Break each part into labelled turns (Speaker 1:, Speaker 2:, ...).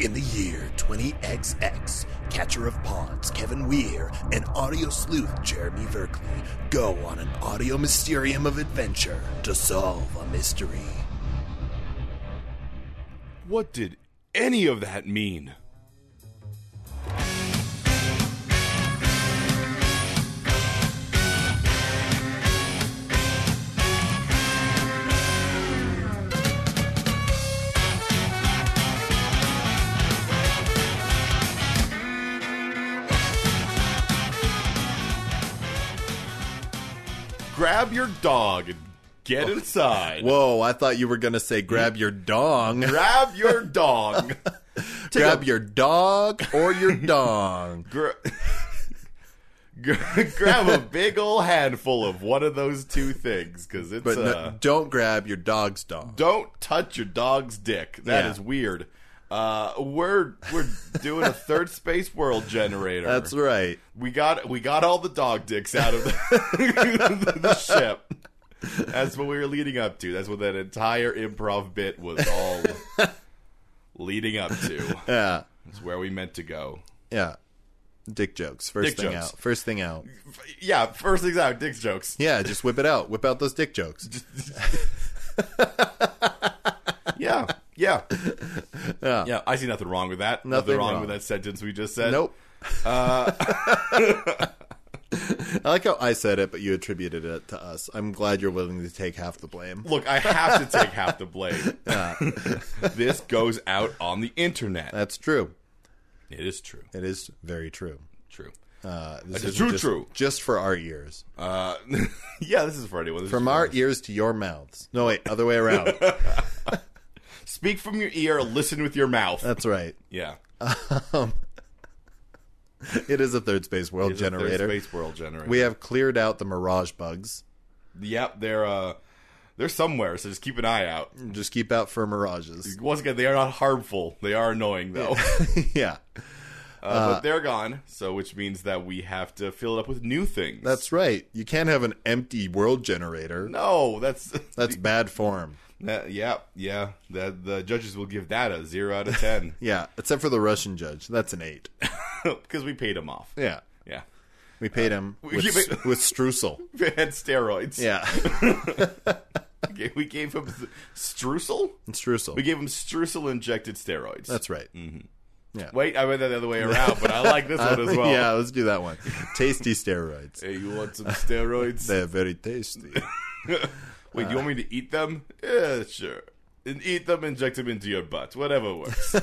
Speaker 1: In the year 20XX, catcher of pawns Kevin Weir and audio sleuth Jeremy Verkley go on an audio mysterium of adventure to solve a mystery.
Speaker 2: What did any of that mean? Grab your dog and get inside.
Speaker 1: Whoa, I thought you were going to say grab your dong.
Speaker 2: Grab your dog.
Speaker 1: grab your dog or your dong.
Speaker 2: Gra- Gra- grab a big old handful of one of those two things because it's
Speaker 1: But
Speaker 2: uh,
Speaker 1: no, don't grab your dog's dog.
Speaker 2: don't touch your dog's dick. That is
Speaker 1: Yeah.
Speaker 2: weird. Uh, we're we're doing a third space world generator.
Speaker 1: That's right.
Speaker 2: we got we got all the dog dicks out of the, the ship. That's what we were leading up to. That's what that entire improv bit was all leading up to.
Speaker 1: Yeah.
Speaker 2: It's where we meant to go.
Speaker 1: Yeah. Dick jokes. First
Speaker 2: Dick
Speaker 1: thing
Speaker 2: jokes.
Speaker 1: out. First thing out.
Speaker 2: Yeah, first things out, dick jokes.
Speaker 1: Yeah, just whip it out. Whip out those dick jokes.
Speaker 2: Yeah, yeah, yeah. I see nothing wrong with that. Nothing,
Speaker 1: Nothing
Speaker 2: wrong,
Speaker 1: wrong.
Speaker 2: with that uh, sentence we just said.
Speaker 1: Nope. I like how I said it, but you attributed it to us. I'm glad you're willing to take half the blame.
Speaker 2: Look, I have to take half the blame. this goes out on the internet.
Speaker 1: That's true.
Speaker 2: It is true.
Speaker 1: It is very true.
Speaker 2: True.
Speaker 1: Uh, this
Speaker 2: That's
Speaker 1: is
Speaker 2: true,
Speaker 1: just,
Speaker 2: true.
Speaker 1: Just for our ears,
Speaker 2: Uh, yeah, this is for anyone. This is
Speaker 1: from
Speaker 2: for-
Speaker 1: our ears to your mouths. No, wait, other way around.
Speaker 2: speak from your ear, listen with your mouth.
Speaker 1: That's right.
Speaker 2: Yeah,
Speaker 1: It is a third space world
Speaker 2: It's a third
Speaker 1: generator.
Speaker 2: space world generator.
Speaker 1: We have cleared out the mirage bugs.
Speaker 2: yep, they're uh, they're somewhere. So just keep an eye out.
Speaker 1: Just keep out for mirages.
Speaker 2: Once again, they are not harmful. They are annoying though.
Speaker 1: yeah,
Speaker 2: Uh, but they're gone, so which means that we have to fill it up with new things.
Speaker 1: that's right. You can't have an empty world generator.
Speaker 2: no, that's
Speaker 1: That's bad form.
Speaker 2: that- yeah, yeah. That the judges will give that a zero out of ten
Speaker 1: Yeah, except for the Russian judge. That's an eight.
Speaker 2: because we paid them off.
Speaker 1: Yeah,
Speaker 2: Yeah,
Speaker 1: we paid him
Speaker 2: we-
Speaker 1: with,
Speaker 2: yeah, but-
Speaker 1: with streusel.
Speaker 2: we had steroids.
Speaker 1: Yeah,
Speaker 2: Okay, we gave him s- streusel.
Speaker 1: streusel.
Speaker 2: We Mm, gave him streusel injected steroids.
Speaker 1: That's right.
Speaker 2: Wait, I went that the other way around, but I like this one as well.
Speaker 1: yeah, let's do that one. Tasty steroids.
Speaker 2: Hey, you want some steroids?
Speaker 1: They're very tasty.
Speaker 2: Wait, you want me to eat them? Yeah, sure. And eat them, inject them into your butt, whatever works.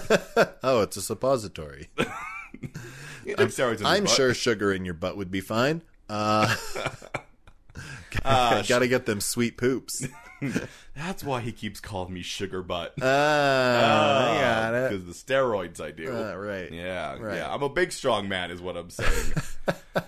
Speaker 1: Oh, it's a suppository.
Speaker 2: You inject steroids in the
Speaker 1: I'm
Speaker 2: butt.
Speaker 1: sure sugar in your butt would be fine. Uh,
Speaker 2: Uh,
Speaker 1: gotta get them sweet poops.
Speaker 2: That's why he keeps calling me sugar butt.
Speaker 1: Uh, I got it.
Speaker 2: Uh, Because the steroids I do.
Speaker 1: Uh, right.
Speaker 2: Yeah,
Speaker 1: Right.
Speaker 2: yeah. I'm a big strong man, is what I'm saying.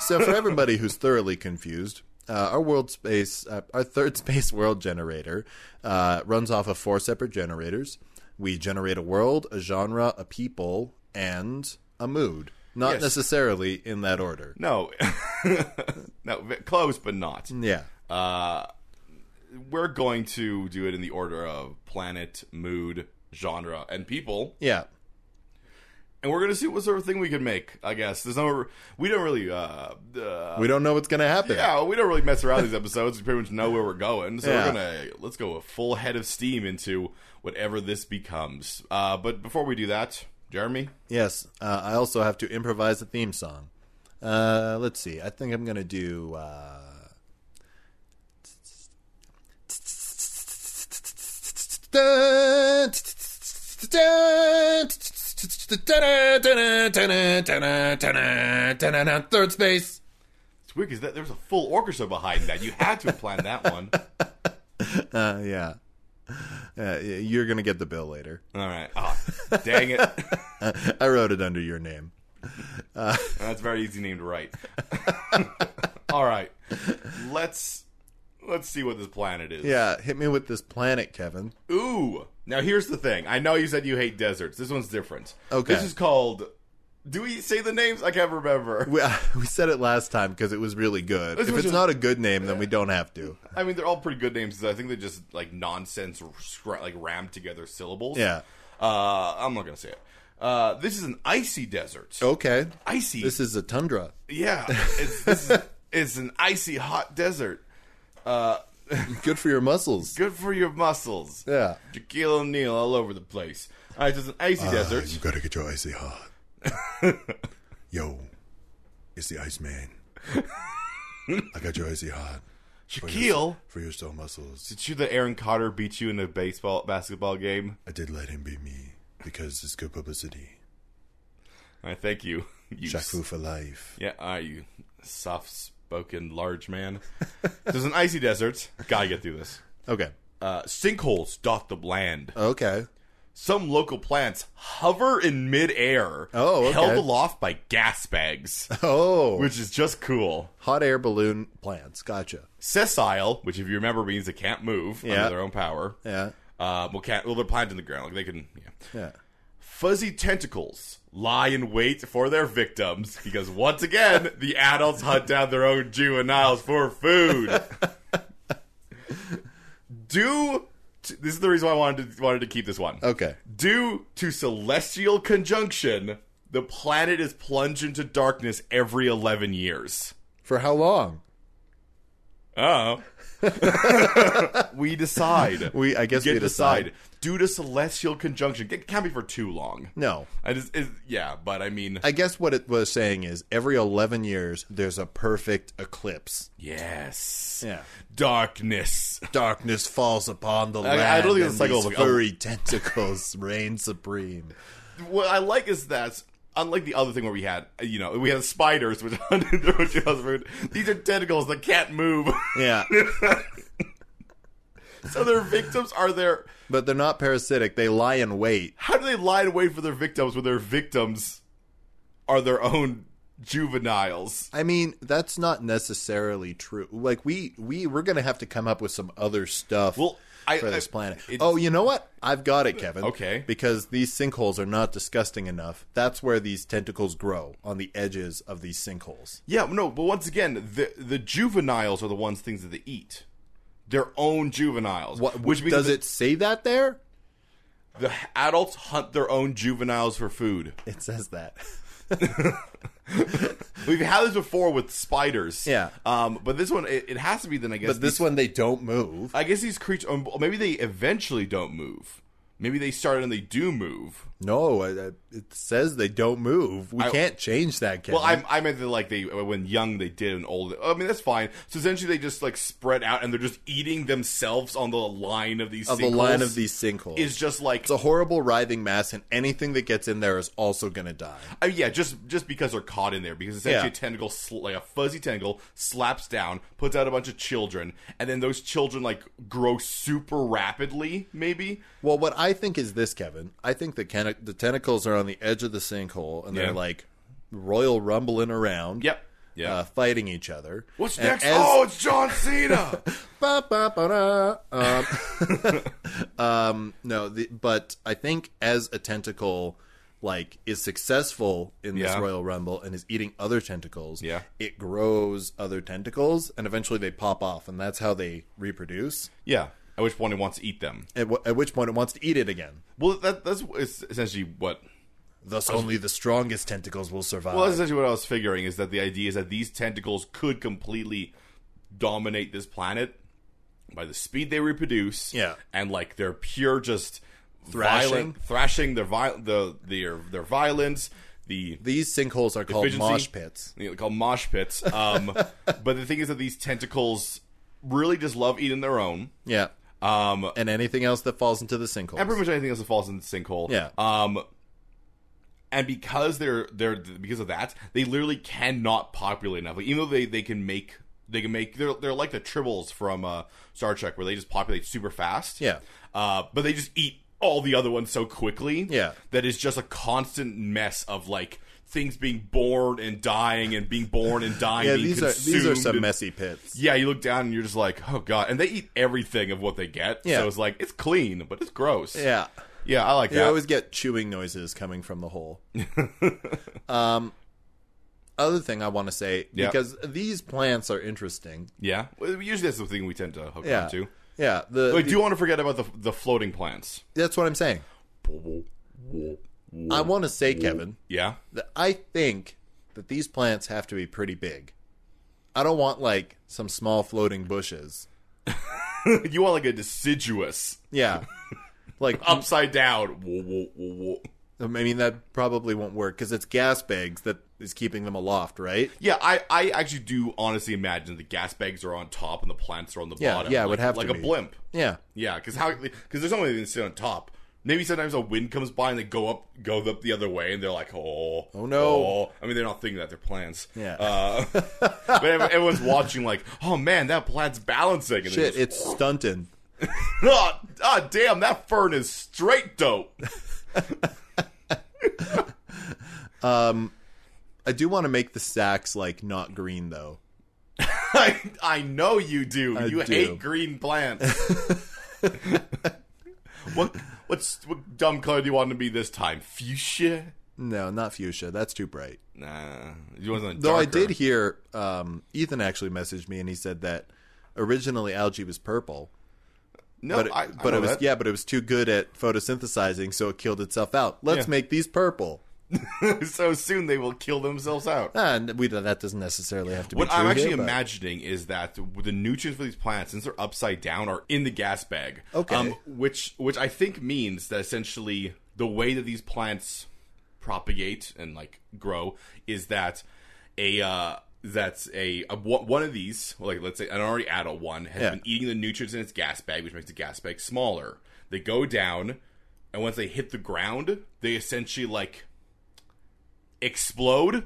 Speaker 1: So for everybody who's thoroughly confused, uh, our world space, uh, our third space world generator, uh, runs off of four separate generators. We generate a world, a genre, a people, and a mood. Not
Speaker 2: Yes.
Speaker 1: necessarily in that order.
Speaker 2: no, no, v- close but not.
Speaker 1: Yeah.
Speaker 2: Uh, we're going to do it in the order of planet, mood, genre, and people.
Speaker 1: Yeah.
Speaker 2: and we're gonna see what sort of thing we can make. I guess there's no, we don't really, uh, uh
Speaker 1: We don't know what's going to happen.
Speaker 2: yeah, we don't really mess around these episodes. We pretty much know where we're going, so
Speaker 1: Yeah.
Speaker 2: we're gonna let's go a full head of steam into whatever this becomes. Uh, but before we do that, Jeremy,
Speaker 1: Yes. Uh, I also have to improvise a theme song. Uh, let's see. I think I'm going to do. Uh... Third space.
Speaker 2: it's weird because there's a full orchestra behind that. You had to have planned that one.
Speaker 1: Uh, yeah. Uh, y- you're going to get the bill later.
Speaker 2: All right, ah, dang it,
Speaker 1: I wrote it under your name.
Speaker 2: that's a very easy name to write. All right, let's let's see what this planet is.
Speaker 1: Yeah, hit me with this planet, Kevin.
Speaker 2: Ooh. Now here's the thing. I know you said you hate deserts. This one's different.
Speaker 1: Okay.
Speaker 2: This is called. Do we say the names? I can't remember.
Speaker 1: We, uh, we said it last time because it was really good.
Speaker 2: This
Speaker 1: If
Speaker 2: was
Speaker 1: it's
Speaker 2: a-
Speaker 1: not a good name, then we don't have to.
Speaker 2: I mean, they're all pretty good names. 'cause I think they're just like nonsense, scra- like rammed together syllables.
Speaker 1: Yeah.
Speaker 2: Uh, I'm not gonna say it. Uh, this is an icy desert.
Speaker 1: Okay.
Speaker 2: Icy.
Speaker 1: Oh. This is a tundra.
Speaker 2: yeah, it's, this is, it's an icy hot desert. Uh,
Speaker 1: Good for your muscles.
Speaker 2: good for your muscles.
Speaker 1: Yeah. Ah,
Speaker 2: Shaquille O'Neal all over the place. All right, so it's an icy desert.
Speaker 3: uh, You gotta get your icy hot. Yo, it's the Iceman. I got your icy hot
Speaker 2: Shaquille,
Speaker 3: for your soul muscles.
Speaker 2: did you that Aaron Carter beat you in a baseball basketball game?
Speaker 3: I did let him be me because it's good publicity.
Speaker 2: All right, thank you. you
Speaker 3: Jack Fu for life.
Speaker 2: Yeah, are you soft spoken large man? There's an icy desert. Gotta get through this.
Speaker 1: Okay.
Speaker 2: Uh, sinkholes dot the land.
Speaker 1: Okay.
Speaker 2: Some local plants hover in midair,
Speaker 1: Oh, okay.
Speaker 2: held aloft by gas bags,
Speaker 1: Oh,
Speaker 2: which is just cool.
Speaker 1: hot air balloon plants. Gotcha.
Speaker 2: Sessile, which if you remember means they can't move
Speaker 1: Yeah.
Speaker 2: under their own power.
Speaker 1: Yeah.
Speaker 2: Uh, well, can't. Well, they're planted in the ground. Like they can. Yeah.
Speaker 1: Yeah.
Speaker 2: Fuzzy tentacles lie in wait for their victims because once again the adults hunt down their own juveniles for food. Due, to, this is the reason why I wanted to, wanted to keep this one.
Speaker 1: Okay.
Speaker 2: Due to celestial conjunction, the planet is plunged into darkness every eleven years.
Speaker 1: For how long?
Speaker 2: Oh. we decide.
Speaker 1: We- I guess
Speaker 2: get
Speaker 1: we decide.
Speaker 2: Due to celestial conjunction, it can't be for too long.
Speaker 1: No.
Speaker 2: I just, it, yeah, but I mean,
Speaker 1: I guess what it was saying is every 11 years there's a perfect eclipse.
Speaker 2: yes,
Speaker 1: Yeah.
Speaker 2: darkness.
Speaker 1: Darkness falls upon the land.
Speaker 2: I don't think
Speaker 1: and
Speaker 2: it's like,
Speaker 1: these
Speaker 2: oh, like, oh.
Speaker 1: furry tentacles reign supreme.
Speaker 2: What I like is that, unlike the other thing where we had, you know, we had spiders which hunted through each other's food. These are tentacles that can't move,
Speaker 1: Yeah.
Speaker 2: so their victims are their.
Speaker 1: but they're not parasitic. They lie in wait.
Speaker 2: How do they lie in wait for their victims when their victims are their own juveniles?
Speaker 1: I mean, that's not necessarily true. Like we we we're going to have to come up with some other stuff.
Speaker 2: Well, I-
Speaker 1: for this
Speaker 2: I-
Speaker 1: planet.
Speaker 2: it's-
Speaker 1: oh, you know what? I've got it, Kevin.
Speaker 2: Okay.
Speaker 1: Because these sinkholes are not disgusting enough. That's where these tentacles grow on the edges of these sinkholes.
Speaker 2: Yeah, no, but once again, the the juveniles are the ones things that they eat. Their own juveniles.
Speaker 1: What
Speaker 2: which means
Speaker 1: does
Speaker 2: that
Speaker 1: it say that there?
Speaker 2: the adults hunt their own juveniles for food.
Speaker 1: It says that.
Speaker 2: We've had this before with spiders.
Speaker 1: Yeah.
Speaker 2: Um, but this one, it, it has to be then, I guess.
Speaker 1: But this
Speaker 2: these-
Speaker 1: one they don't move.
Speaker 2: I guess these creatures, um, maybe they eventually don't move. Maybe they start and they do move.
Speaker 1: No, I- I- it says they don't move. We
Speaker 2: I-
Speaker 1: can't change that, Kevin.
Speaker 2: Well, I, I meant that like they when young they did and old. I mean that's fine. So essentially they just like spread out and they're just eating themselves on the line of these.
Speaker 1: of the line
Speaker 2: sinkholes
Speaker 1: of these sinkholes.
Speaker 2: is just like
Speaker 1: it's a horrible writhing mass, and anything that gets in there is also going to die.
Speaker 2: Uh, yeah, just just because they're caught in there, because essentially
Speaker 1: Yeah.
Speaker 2: a tentacle, sl- like a fuzzy tentacle, slaps down, puts out a bunch of children, and then those children like grow super rapidly. Maybe
Speaker 1: Well, what I think is this, Kevin. I think the can- the tentacles are on the edge of the sinkhole, and they're
Speaker 2: Yeah.
Speaker 1: like royal rumbling around.
Speaker 2: Yep. Yeah.
Speaker 1: Uh, fighting each other.
Speaker 2: what's
Speaker 1: And
Speaker 2: next?
Speaker 1: as-
Speaker 2: oh, it's John Cena.
Speaker 1: Ba, ba, ba, da. Um, um, no, the, but I think as a tentacle like is successful in this
Speaker 2: Yeah.
Speaker 1: Royal Rumble and is eating other tentacles,
Speaker 2: Yeah.
Speaker 1: it grows other tentacles and eventually they pop off and that's how they reproduce.
Speaker 2: yeah, at which point it wants to eat them.
Speaker 1: At, w- at which point it wants to eat it again.
Speaker 2: Well, that that's it's essentially what.
Speaker 1: Thus, only the strongest tentacles will survive.
Speaker 2: Well, that's essentially what I was figuring is that the idea is that these tentacles could completely dominate this planet by the speed they reproduce.
Speaker 1: Yeah.
Speaker 2: and like their pure just
Speaker 1: Thrashing?
Speaker 2: violent thrashing their vi- the their their violence the.
Speaker 1: These sinkholes are called
Speaker 2: Efficiency?
Speaker 1: mosh pits.
Speaker 2: You know, called mosh pits. Um, but the thing is that these tentacles really just love eating their own.
Speaker 1: Yeah.
Speaker 2: Um,
Speaker 1: And anything else that falls into the sinkhole.
Speaker 2: and pretty much anything else that falls in the sinkhole.
Speaker 1: Yeah.
Speaker 2: Um, and because they're they're because of that, they literally cannot populate enough. Like, even though they they can make they can make they're they're like the tribbles from uh, Star Trek where they just populate super fast.
Speaker 1: Yeah.
Speaker 2: Uh, but they just eat all the other ones so quickly.
Speaker 1: Yeah.
Speaker 2: That is just a constant mess of like things being born and dying and being born and dying.
Speaker 1: yeah,
Speaker 2: being
Speaker 1: these are these are
Speaker 2: consumed
Speaker 1: some
Speaker 2: and-
Speaker 1: messy pits.
Speaker 2: yeah, you look down and you're just like, oh god, and they eat everything of what they get.
Speaker 1: Yeah.
Speaker 2: So it's like it's clean, but it's gross.
Speaker 1: Yeah.
Speaker 2: Yeah, I like
Speaker 1: You
Speaker 2: that.
Speaker 1: always get chewing noises coming from the hole. um, other thing I want to say
Speaker 2: Yeah.
Speaker 1: because these plants are interesting.
Speaker 2: yeah, Well, usually that's the thing we tend to hook
Speaker 1: Yeah,
Speaker 2: on to.
Speaker 1: yeah. The,
Speaker 2: But I do want to forget about the the floating plants.
Speaker 1: that's what I'm saying. I want to say, Kevin,
Speaker 2: Yeah.
Speaker 1: that I think that these plants have to be pretty big. I don't want like some small floating bushes.
Speaker 2: you want like a deciduous
Speaker 1: Yeah. Like oh,
Speaker 2: upside down. Whoa, whoa, whoa, whoa.
Speaker 1: I mean that probably won't work cuz it's gas bags that is keeping them aloft, right?
Speaker 2: Yeah, I, I actually do honestly imagine the gas bags are on top and the plants are on the
Speaker 1: Yeah,
Speaker 2: bottom.
Speaker 1: yeah, it
Speaker 2: like,
Speaker 1: would have to
Speaker 2: like a
Speaker 1: be.
Speaker 2: blimp.
Speaker 1: Yeah.
Speaker 2: Yeah, because how? Because there's no way they can sit on top. Maybe sometimes a wind comes by and they go up, go up the other way, and they're like, "Oh,
Speaker 1: Oh, no.
Speaker 2: oh. I mean, they're not thinking that; they're plants.
Speaker 1: Yeah.
Speaker 2: Uh, but ev- everyone's watching, like, "Oh man, that plant's balancing." And
Speaker 1: Shit,
Speaker 2: Shit!
Speaker 1: it's stunting.
Speaker 2: Oh, ah, damn, that fern is straight dope.
Speaker 1: I do want to make the sacks like not green though.
Speaker 2: I, I know you do.
Speaker 1: I
Speaker 2: you
Speaker 1: do.
Speaker 2: hate green plants. what what's what dumb color do you want to be this time? Fuchsia?
Speaker 1: No, not fuchsia. That's too bright.
Speaker 2: Nah, you want something
Speaker 1: Though I
Speaker 2: darker.
Speaker 1: did hear um, Ethan actually messaged me and he said that originally algae was purple,
Speaker 2: No,
Speaker 1: but it,
Speaker 2: Oh, I, I
Speaker 1: but
Speaker 2: know
Speaker 1: it was
Speaker 2: that.
Speaker 1: yeah, but it was too good at photosynthesizing, so it killed itself out. Let's
Speaker 2: Yeah.
Speaker 1: make these purple.
Speaker 2: so soon they will kill themselves out.
Speaker 1: Ah, And we that doesn't necessarily have to be
Speaker 2: What
Speaker 1: true
Speaker 2: I'm actually
Speaker 1: here, but-
Speaker 2: imagining is that the nutrients for these plants, since they're upside down, are in the gas bag. Um,
Speaker 1: Okay.
Speaker 2: which which I think means that essentially the way that these plants propagate and like grow is that a uh, that's a, a one one of these, like let's say an already adult one, has
Speaker 1: Yeah.
Speaker 2: been eating the nutrients in its gas bag, which makes the gas bag smaller. They go down, and once they hit the ground, they essentially like explode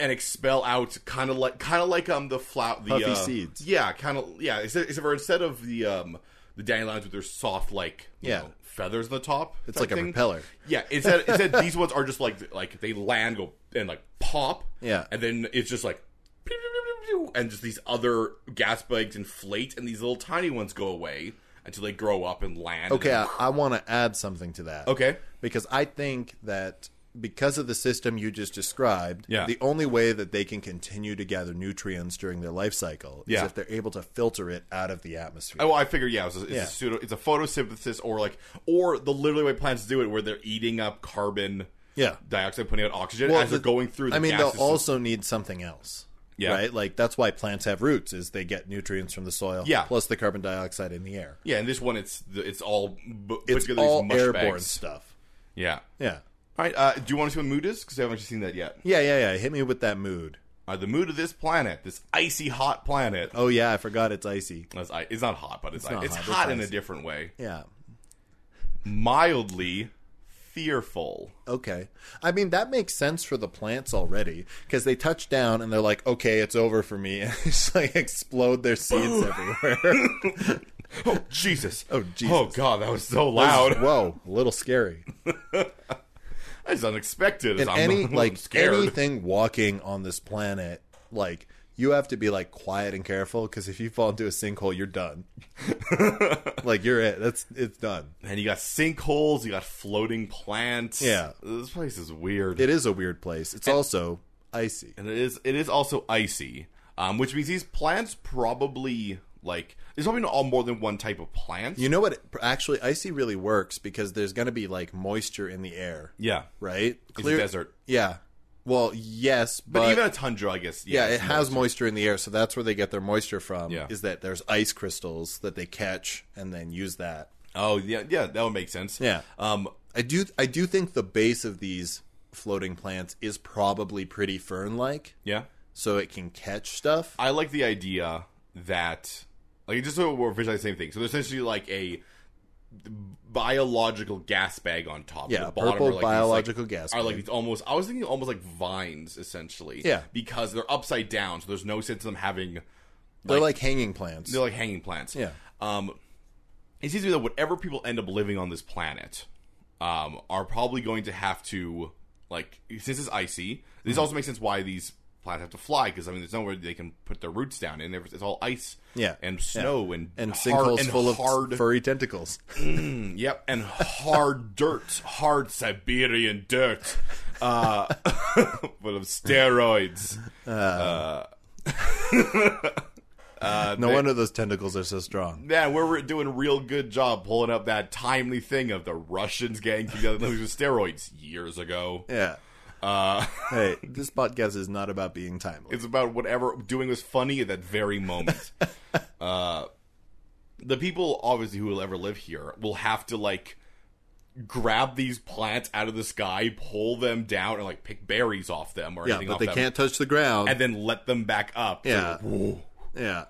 Speaker 2: and expel out kind of like kind of like um the flower the
Speaker 1: Puffy
Speaker 2: uh,
Speaker 1: seeds.
Speaker 2: Yeah, kind of yeah. Except, except for instead of the um the dandelions with their soft like you
Speaker 1: Yeah.
Speaker 2: know, feathers on the top,
Speaker 1: it's
Speaker 2: type
Speaker 1: like a
Speaker 2: thing.
Speaker 1: propeller.
Speaker 2: Yeah, instead instead these ones are just like like they land go and like pop.
Speaker 1: Yeah.
Speaker 2: and then it's just like. pew, pew, pew, pew, And just these other gas bags inflate, and these little tiny ones go away until they grow up and land.
Speaker 1: Okay, uh, I, I want to add something to that.
Speaker 2: Okay.
Speaker 1: because I think that because of the system you just described,
Speaker 2: Yeah.
Speaker 1: the only way that they can continue to gather nutrients during their life cycle
Speaker 2: Yeah.
Speaker 1: is if they're able to filter it out of the atmosphere.
Speaker 2: Oh, I figure yeah, it's a, it's
Speaker 1: Yeah.
Speaker 2: a pseudo, it's a photosynthesis or like or the literally way plants do it, where they're eating up carbon
Speaker 1: Yeah.
Speaker 2: dioxide, putting out oxygen
Speaker 1: Well,
Speaker 2: as they're
Speaker 1: the-
Speaker 2: going through. The
Speaker 1: I mean,
Speaker 2: gas
Speaker 1: they'll
Speaker 2: system.
Speaker 1: also need something else.
Speaker 2: Yeah.
Speaker 1: Right? Like that's why plants have roots is they get nutrients from the soil
Speaker 2: Yeah.
Speaker 1: plus the carbon dioxide in the air.
Speaker 2: yeah. And this one, it's the- it's all b- put
Speaker 1: It's
Speaker 2: together
Speaker 1: all
Speaker 2: these mush
Speaker 1: airborne
Speaker 2: bags.
Speaker 1: stuff.
Speaker 2: Yeah.
Speaker 1: Yeah.
Speaker 2: All right. Uh, do you want to see what mood is? Because I haven't actually seen that yet.
Speaker 1: Yeah, yeah, yeah. Hit me with that mood.
Speaker 2: Uh, the mood of this planet, this icy hot planet.
Speaker 1: Oh yeah, I forgot it's icy.
Speaker 2: That's i- It's not hot, but it's it's,
Speaker 1: not
Speaker 2: it's
Speaker 1: hot,
Speaker 2: hot,
Speaker 1: it's
Speaker 2: in a
Speaker 1: icy.
Speaker 2: different way.
Speaker 1: Yeah.
Speaker 2: Mildly fearful.
Speaker 1: Okay. I mean, that makes sense for the plants already because they touch down and they're like, okay, it's over for me. And just like explode their seeds everywhere.
Speaker 2: Oh Jesus!
Speaker 1: Oh,
Speaker 2: Oh
Speaker 1: Jesus.
Speaker 2: God! That was so loud.
Speaker 1: Whoa, a little scary.
Speaker 2: That's unexpected.
Speaker 1: and
Speaker 2: I'm,
Speaker 1: any
Speaker 2: I'm
Speaker 1: like
Speaker 2: scared.
Speaker 1: anything walking on this planet, like you have to be like quiet and careful because if you fall into a sinkhole, you're done. like you're it. That's it's done.
Speaker 2: And you got sinkholes, you got floating plants.
Speaker 1: Yeah.
Speaker 2: This place is weird.
Speaker 1: It is a weird place. It's also icy.
Speaker 2: and it is it is also icy. Um, which means these plants probably like there's probably not all more than one type of plant.
Speaker 1: You know what? Actually, icy really works because there's going to be like moisture in the air,
Speaker 2: yeah.
Speaker 1: right?
Speaker 2: a desert.
Speaker 1: Yeah. Well, yes, but,
Speaker 2: But, even a tundra, I guess.
Speaker 1: yeah, it
Speaker 2: it's
Speaker 1: has moisture in the air, so that's where they get their moisture from.
Speaker 2: Yeah.
Speaker 1: Is that there's ice crystals that they catch and then use that.
Speaker 2: Oh yeah, yeah, that would make sense.
Speaker 1: Yeah.
Speaker 2: Um
Speaker 1: I do I do think the base of these floating plants is probably pretty fern like,
Speaker 2: yeah.
Speaker 1: so it can catch stuff.
Speaker 2: I like the idea that like just so we're visualizing the same thing. So they're essentially like a biological gas bag on top.
Speaker 1: yeah,
Speaker 2: the bottom
Speaker 1: purple
Speaker 2: are, like, these, like,
Speaker 1: biological gas.
Speaker 2: are like
Speaker 1: bag.
Speaker 2: these almost I was thinking almost like vines essentially.
Speaker 1: Yeah.
Speaker 2: Because they're upside down, so there's no sense of them having
Speaker 1: they're like hanging plants.
Speaker 2: they're like hanging plants.
Speaker 1: Yeah.
Speaker 2: Um it seems to me that whatever people end up living on this planet um are probably going to have to like since it's icy, this
Speaker 1: Mm-hmm.
Speaker 2: also makes sense why these plants have to fly because I mean there's nowhere they can put their roots down and there- it's all ice
Speaker 1: Yeah.
Speaker 2: and snow and
Speaker 1: and
Speaker 2: hard-
Speaker 1: sinkholes
Speaker 2: and
Speaker 1: full
Speaker 2: hard
Speaker 1: of furry tentacles.
Speaker 2: Yep, and hard dirt, hard Siberian dirt, uh, full of steroids. Uh. Uh,
Speaker 1: No
Speaker 2: they-
Speaker 1: wonder those tentacles are so strong.
Speaker 2: Yeah, we're re- doing a real good job pulling up that timely thing of the Russians gang together with steroids years ago.
Speaker 1: Yeah.
Speaker 2: Uh,
Speaker 1: Hey, this podcast is not about being timely.
Speaker 2: it's about whatever doing was funny at that very moment. uh, the people, obviously, who will ever live here will have to, like, grab these plants out of the sky, pull them down, and, like, pick berries off them or
Speaker 1: yeah,
Speaker 2: anything
Speaker 1: but
Speaker 2: off
Speaker 1: they
Speaker 2: them,
Speaker 1: can't touch the ground.
Speaker 2: And then let them back up.
Speaker 1: Yeah.
Speaker 2: Whoa.
Speaker 1: yeah.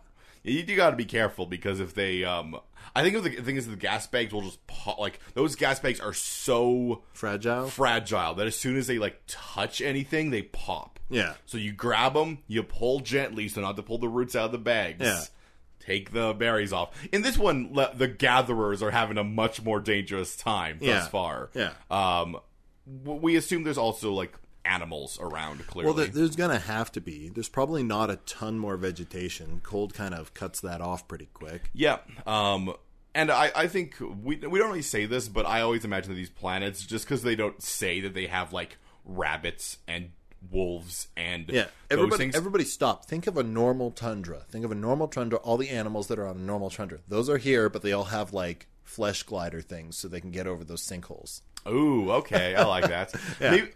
Speaker 2: You do got to be careful because if they, um, I think the thing is the gas bags will just pop, like those gas bags are so
Speaker 1: Fragile.
Speaker 2: fragile that as soon as they like touch anything, they pop.
Speaker 1: Yeah.
Speaker 2: So you grab them, you pull gently, so not to pull the roots out of the bags.
Speaker 1: Yeah.
Speaker 2: Take the berries off. In this one, le- the gatherers are having a much more dangerous time thus
Speaker 1: Yeah.
Speaker 2: far.
Speaker 1: Yeah.
Speaker 2: Um, w- we assume there's also like animals around. Clearly,
Speaker 1: Well, there, there's going to have to be. There's probably not a ton more vegetation. Cold kind of cuts that off pretty quick.
Speaker 2: Yeah. Um, and I, I think we we don't really say this, but I always imagine that these planets, just because they don't say that they have like rabbits and wolves and
Speaker 1: Yeah.
Speaker 2: those
Speaker 1: Everybody,
Speaker 2: things.
Speaker 1: everybody stop. Think of a normal tundra. Think of a normal tundra, all the animals that are on a normal tundra. Those are here, but they all have like flesh glider things so they can get over those sinkholes.
Speaker 2: Ooh, okay, I like that. Maybe-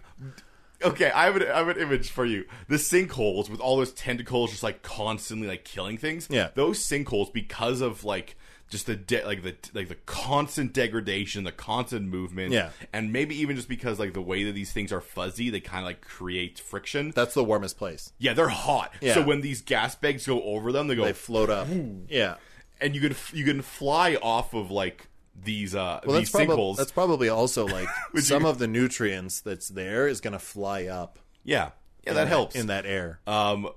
Speaker 2: okay, I have, an, I have an image for you. The sinkholes with all those tentacles just like constantly like killing things.
Speaker 1: Yeah.
Speaker 2: those sinkholes because of like just the de- like the like the constant degradation, the constant movement.
Speaker 1: Yeah.
Speaker 2: and maybe even just because like the way that these things are fuzzy, they kind of like create friction.
Speaker 1: That's the warmest place.
Speaker 2: Yeah, they're hot.
Speaker 1: Yeah.
Speaker 2: So when these gas bags go over them, they go,
Speaker 1: They float up. Yeah.
Speaker 2: and you can you can fly off of like these uh
Speaker 1: Well,
Speaker 2: these
Speaker 1: that's, probab-
Speaker 2: sinkholes.
Speaker 1: that's probably also like some of the nutrients that's there is going to fly up.
Speaker 2: yeah, yeah,
Speaker 1: in
Speaker 2: that helps.
Speaker 1: in that air.
Speaker 2: um,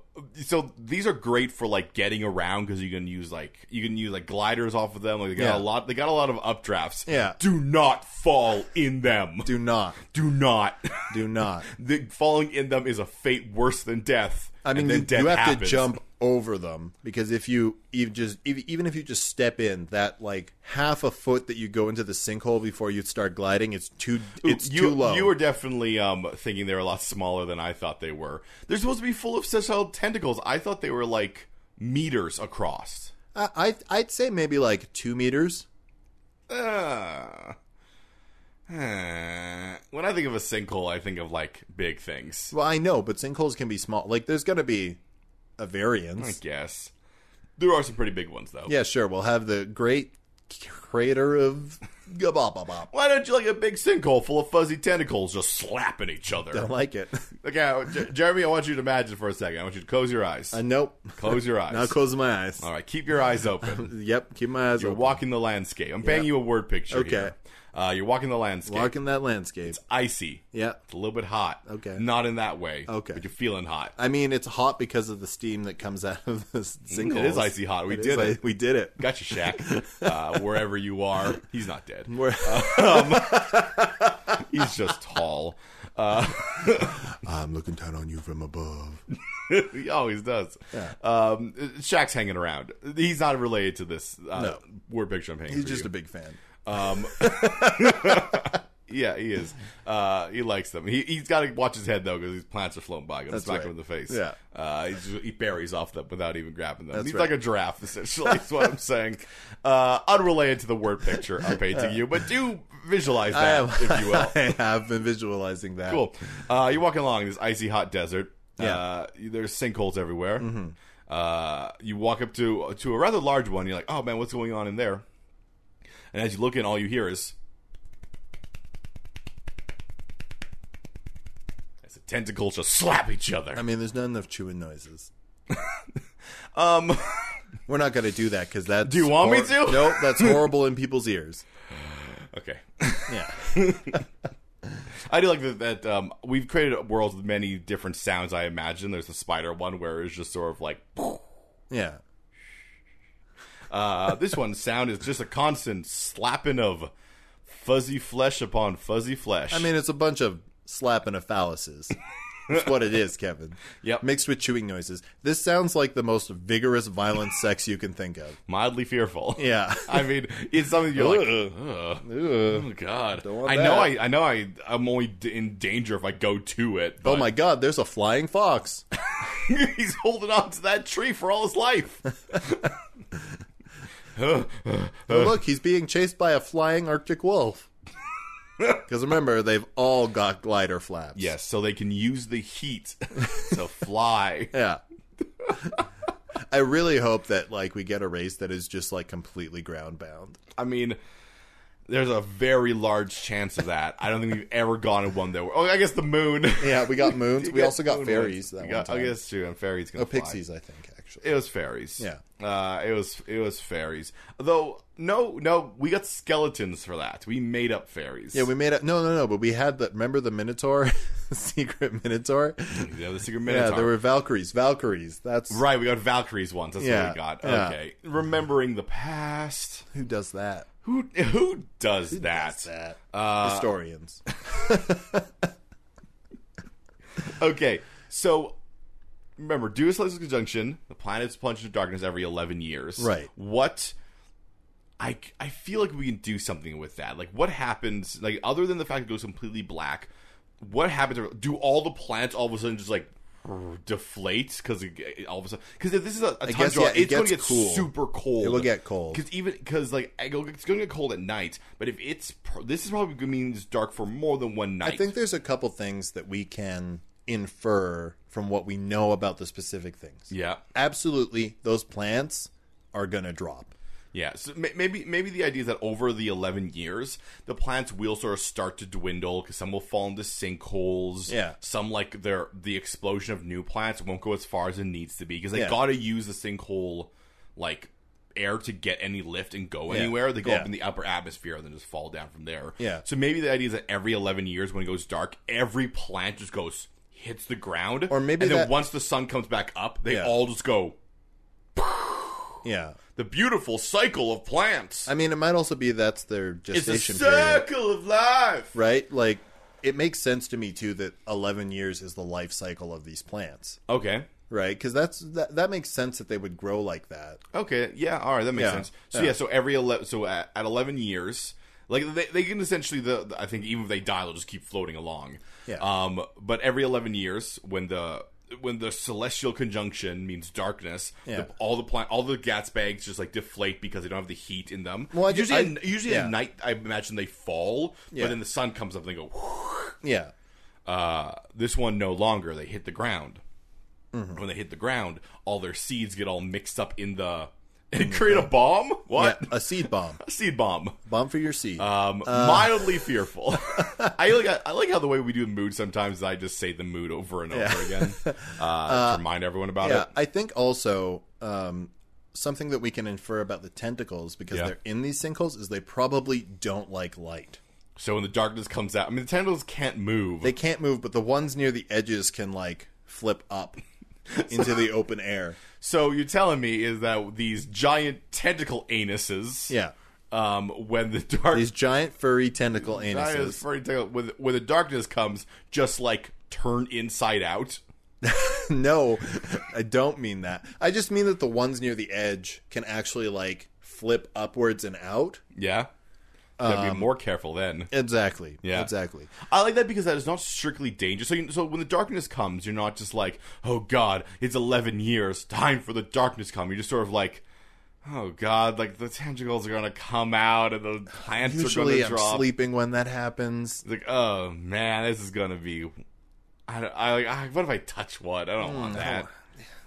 Speaker 2: so these are great for like getting around because you can use like you can use like gliders off of them. Like they got
Speaker 1: Yeah.
Speaker 2: a lot. They got a lot of updrafts.
Speaker 1: Yeah.
Speaker 2: do not fall in them. Do,
Speaker 1: Do not,
Speaker 2: not.
Speaker 1: do not.
Speaker 2: the, falling in them is a fate worse than death.
Speaker 1: I
Speaker 2: and
Speaker 1: mean, you,
Speaker 2: then death
Speaker 1: you have
Speaker 2: happens.
Speaker 1: to jump over them because if you even just ev- even if you just step in that like half a foot that you go into the sinkhole before you start gliding, it's too it's
Speaker 2: you,
Speaker 1: too low.
Speaker 2: You were definitely um, thinking they were a lot smaller than I thought they were. They're supposed to be full of sessile tentacles. I thought they were like meters across.
Speaker 1: I, I I'd say maybe like two meters.
Speaker 2: Uh, huh. when I think of a sinkhole, I think of like big things.
Speaker 1: Well, I know, but sinkholes can be small. Like there's gonna be a
Speaker 2: I
Speaker 1: variance.
Speaker 2: guess there are some pretty big ones though.
Speaker 1: Yeah, sure. We'll have the great crater of Gabababop.
Speaker 2: Why don't you like a big sinkhole full of fuzzy tentacles just slapping each
Speaker 1: Don't
Speaker 2: other?
Speaker 1: like it.
Speaker 2: Okay, I- J- Jeremy, I want you to imagine for a second. I want you to close your eyes.
Speaker 1: Uh, nope.
Speaker 2: Close your eyes.
Speaker 1: Now close my eyes.
Speaker 2: All right, keep your eyes open.
Speaker 1: Yep. Keep my eyes
Speaker 2: You're
Speaker 1: open.
Speaker 2: walking the landscape. I'm painting you a word picture.
Speaker 1: Okay.
Speaker 2: Here. Uh, you're walking the landscape.
Speaker 1: Walking that landscape.
Speaker 2: Icy.
Speaker 1: Yeah.
Speaker 2: It's a little bit hot.
Speaker 1: Okay.
Speaker 2: Not in that way.
Speaker 1: Okay.
Speaker 2: But you're feeling hot.
Speaker 1: I mean, it's hot because of the steam that comes out of the sinkhole.
Speaker 2: It is icy hot. We
Speaker 1: It is
Speaker 2: did
Speaker 1: i-
Speaker 2: it.
Speaker 1: We did it.
Speaker 2: Got you, Shaq. uh, wherever you are, he's not dead.
Speaker 1: We're-
Speaker 2: He's just tall.
Speaker 3: I'm looking down on you from above.
Speaker 2: he always does. Um, Shaq's hanging around. He's not related to this uh,
Speaker 1: No.
Speaker 2: word picture I'm painting.
Speaker 1: he's
Speaker 2: for
Speaker 1: just
Speaker 2: you.
Speaker 1: a big fan.
Speaker 2: yeah, he is. Uh, he likes them. He, he's got to watch his head though because these plants are flown by him,
Speaker 1: That's
Speaker 2: smack
Speaker 1: right.
Speaker 2: him in the face.
Speaker 1: Yeah.
Speaker 2: uh, he's just- he buries off them without even grabbing them. he's
Speaker 1: right.
Speaker 2: like a giraffe essentially. is what I'm saying. Uh, unrelated to the word picture I'm painting you, but do visualize
Speaker 1: I
Speaker 2: that
Speaker 1: am,
Speaker 2: if you will.
Speaker 1: I have been visualizing that.
Speaker 2: Cool. Uh, you're walking along this icy hot desert.
Speaker 1: Yeah. Mm-hmm.
Speaker 2: Uh, there's sinkholes everywhere. Uh, you walk up to to a rather large one. You're like, oh man, what's going on in there? And as you look in, all you hear is as the tentacles just slap each
Speaker 1: I
Speaker 2: other.
Speaker 1: mean, there's not enough chewing noises.
Speaker 2: Um,
Speaker 1: We're not going to do that because that's. Do
Speaker 2: you want me to?
Speaker 1: Nope, that's horrible in people's ears.
Speaker 2: okay.
Speaker 1: Yeah.
Speaker 2: I do like that. that um, we've created worlds with many different sounds. I imagine there's the spider one where it's just sort of like
Speaker 1: Yeah.
Speaker 2: Uh, this one's sound is just a constant slapping of fuzzy flesh upon fuzzy flesh.
Speaker 1: I mean, it's a bunch of slapping of phalluses. That's what it is, Kevin.
Speaker 2: Yep.
Speaker 1: Mixed with chewing noises. This sounds like the most vigorous, violent sex you can think of.
Speaker 2: mildly fearful.
Speaker 1: Yeah.
Speaker 2: I mean, it's something you're like, "Ugh, oh god.
Speaker 1: want
Speaker 2: I know,
Speaker 1: that.
Speaker 2: I, I know, I, I'm only d- in danger if I go to it. But
Speaker 1: Oh my god, there's a flying fox.
Speaker 2: He's holding on to that tree for all his life.
Speaker 1: Oh, look, he's being chased by a flying Arctic wolf. Because remember, they've all got glider flaps.
Speaker 2: yes, so they can use the heat to fly.
Speaker 1: Yeah. I really hope that like we get a race that is just like completely ground bound.
Speaker 2: I mean, there's a very large chance of that. I don't think we've ever gone in one that. Oh, I guess the moon.
Speaker 1: Yeah, we got moons. we also got
Speaker 2: Moon
Speaker 1: fairies
Speaker 2: went-
Speaker 1: that
Speaker 2: we
Speaker 1: one
Speaker 2: got-
Speaker 1: time.
Speaker 2: I guess true. And fairies gonna
Speaker 1: oh,
Speaker 2: fly.
Speaker 1: pixies, I think actually.
Speaker 2: It was fairies.
Speaker 1: Yeah.
Speaker 2: Uh, it was it was fairies. Though no no, we got skeletons for that. We made up fairies.
Speaker 1: Yeah, we made it. No, no, no. But we had that. Remember the Minotaur, secret Minotaur.
Speaker 2: yeah, the secret
Speaker 1: Yeah,
Speaker 2: Mm-hmm. minotaur.
Speaker 1: there were Valkyries. Valkyries. That's
Speaker 2: Right, we got Valkyries once. That's
Speaker 1: Yeah,
Speaker 2: what we got.
Speaker 1: yeah.
Speaker 2: Okay, remembering the past.
Speaker 1: who does that.
Speaker 2: Who who does that? Uh,
Speaker 1: That's that. Historians.
Speaker 2: Okay, so remember, due to celestial conjunction, the planets plunge into darkness every eleven years.
Speaker 1: Right.
Speaker 2: What? I I feel like we can do something with that. Like, what happens? Like, other than the fact it goes completely black, what happens? Do all the planets all of a sudden just like deflate because all of a sudden because if this is a, a
Speaker 1: guess,
Speaker 2: tundra,
Speaker 1: yeah, it
Speaker 2: it's going
Speaker 1: gets
Speaker 2: to get
Speaker 1: cool.
Speaker 2: super cold.
Speaker 1: It will get cold.
Speaker 2: Because even because like it'll- it's going to get cold at night, but if it's pr- this is probably going to mean it's dark for more than one night.
Speaker 1: I think there's a couple things that we can infer from what we know about the specific things.
Speaker 2: yeah,
Speaker 1: Absolutely, those plants are gonna drop.
Speaker 2: yeah. So ma- maybe maybe the idea is that over the eleven years, the plants will sort of start to dwindle because some will fall into sinkholes.
Speaker 1: Yeah.
Speaker 2: some like their the explosion of new plants won't go as far as it needs to be because they
Speaker 1: Yeah.
Speaker 2: got to use the sinkhole like air to get any lift and go anywhere. They go
Speaker 1: Yeah.
Speaker 2: up in the upper atmosphere and then just fall down from there.
Speaker 1: Yeah.
Speaker 2: So maybe the idea is that every eleven years, when it goes dark, every plant just goes hits the ground,
Speaker 1: Or maybe
Speaker 2: and then
Speaker 1: that-
Speaker 2: once the sun comes back up, they
Speaker 1: Yeah.
Speaker 2: all just go.
Speaker 1: Yeah.
Speaker 2: The beautiful cycle of plants.
Speaker 1: I mean, it might also be that's their
Speaker 2: It's a
Speaker 1: gestation period,
Speaker 2: circle of life.
Speaker 1: right? Like, it makes sense to me too that 11 years is the life cycle of these plants,
Speaker 2: Okay.
Speaker 1: right? Because that's that, that makes sense that they would grow like that.
Speaker 2: Okay. Yeah. All right. That makes
Speaker 1: Yeah.
Speaker 2: sense. So
Speaker 1: Yeah.
Speaker 2: yeah. So every ele- so at, at eleven years, like they, they can essentially the, the- I think even if they die, they'll just keep floating along.
Speaker 1: Yeah.
Speaker 2: Um. But every eleven years, when the when the celestial conjunction means darkness,
Speaker 1: Yeah.
Speaker 2: the, all the plant, all the gas bags just like deflate because they don't have the heat in them.
Speaker 1: Well, I ju-
Speaker 2: usually,
Speaker 1: I-
Speaker 2: at, usually
Speaker 1: yeah.
Speaker 2: at night, I imagine they fall,
Speaker 1: Yeah.
Speaker 2: but then the sun comes up and they go.
Speaker 1: Yeah.
Speaker 2: uh, this one no longer. They hit the ground.
Speaker 1: Mm-hmm.
Speaker 2: When they hit the ground, all their seeds get all mixed up in the and create a bomb. What?
Speaker 1: Yeah, Uh. a seed bomb.
Speaker 2: A seed bomb.
Speaker 1: bomb for your seed.
Speaker 2: Um, mildly fearful. I like I like how the way we do the mood sometimes. I just say the mood over and over again uh, to remind everyone about
Speaker 1: yeah.
Speaker 2: it.
Speaker 1: I think also um, something that we can infer about the tentacles because
Speaker 2: Yeah.
Speaker 1: they're in these sinkholes is they probably don't like light.
Speaker 2: So when the darkness comes out, I mean the tendrils can't move.
Speaker 1: They can't move, but the ones near the edges can, like, flip up into the open air.
Speaker 2: so you're telling me is that these giant tentacle anuses?
Speaker 1: Yeah.
Speaker 2: Um, when the dark
Speaker 1: These giant furry tentacle
Speaker 2: That
Speaker 1: anuses.
Speaker 2: is pretty terrible. When, when the darkness comes, just like turn inside out.
Speaker 1: No, I don't mean that. I just mean that the ones near the edge can actually like flip upwards and out.
Speaker 2: Yeah. Gotta be more careful then.
Speaker 1: Exactly.
Speaker 2: Yeah.
Speaker 1: Exactly.
Speaker 2: Um, I like that because that is not strictly dangerous. So, you, so when the darkness comes, you're not just like, oh god, it's 11 years, time for the darkness to come. You're just sort of like, oh god, like the tentacles are gonna come out and the plants
Speaker 1: Usually
Speaker 2: are
Speaker 1: I'm
Speaker 2: gonna drop.
Speaker 1: sleeping when that happens.
Speaker 2: It's like, oh man, this is gonna be. I, don't- I, like, I, what if I touch one? I don't want
Speaker 1: Mm,
Speaker 2: that.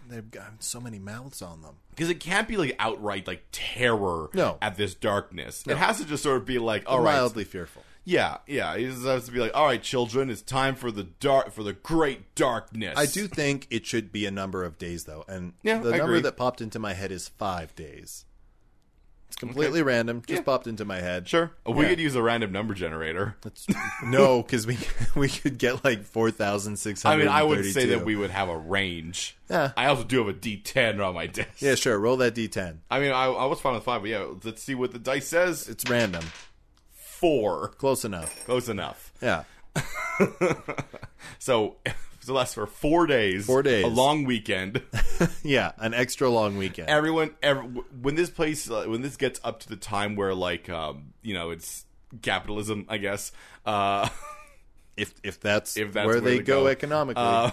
Speaker 1: They've got so many mouths on them.
Speaker 2: because it can't be like outright like terror
Speaker 1: No.
Speaker 2: at this darkness. It has to just sort of be like, all right,
Speaker 1: Mildly fearful.
Speaker 2: yeah, yeah. It just has to be like, all right, children, it's time for the dark for the great darkness.
Speaker 1: I do think it should be a number of days though, and
Speaker 2: Yeah,
Speaker 1: the
Speaker 2: I
Speaker 1: number
Speaker 2: agree.
Speaker 1: that popped into my head is five days. It's completely random. Just popped into my head.
Speaker 2: sure. We
Speaker 1: Yeah.
Speaker 2: could use a random number generator.
Speaker 1: It's- no, because we we could get like four thousand six
Speaker 2: I
Speaker 1: hundred.
Speaker 2: mean, I would say that we would have a range.
Speaker 1: Yeah.
Speaker 2: I also do have a D10 on my desk.
Speaker 1: Yeah, sure. Roll that d10.
Speaker 2: I mean, I, I was fine with five, but yeah, let's see what the dice says.
Speaker 1: It's random.
Speaker 2: Four,
Speaker 1: Close enough.
Speaker 2: close enough.
Speaker 1: Yeah.
Speaker 2: So, so that's for four days.
Speaker 1: Four days.
Speaker 2: A long weekend.
Speaker 1: Yeah, an extra long weekend.
Speaker 2: everyone every, when this place uh, when this gets up to the time where like um you know it's capitalism i guess uh
Speaker 1: if if that's,
Speaker 2: if that's
Speaker 1: where, they
Speaker 2: to
Speaker 1: go, economically.
Speaker 2: uh,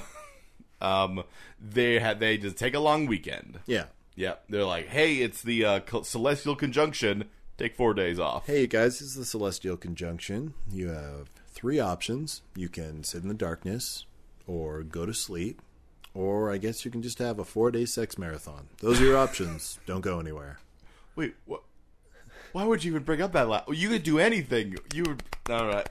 Speaker 2: Um, they had they just take a long weekend.
Speaker 1: Yeah.
Speaker 2: Yeah, they're like, hey, it's the uh, co- celestial conjunction. Take four days off.
Speaker 1: Hey guys, this is the Celestial Conjunction. You have three options. You can sit in the darkness, or go to sleep, or I guess you can just have a four day sex marathon. Those are your options. Don't go anywhere.
Speaker 2: Wait, what? Why would you even bring up that? La- you could do anything. You would. All right.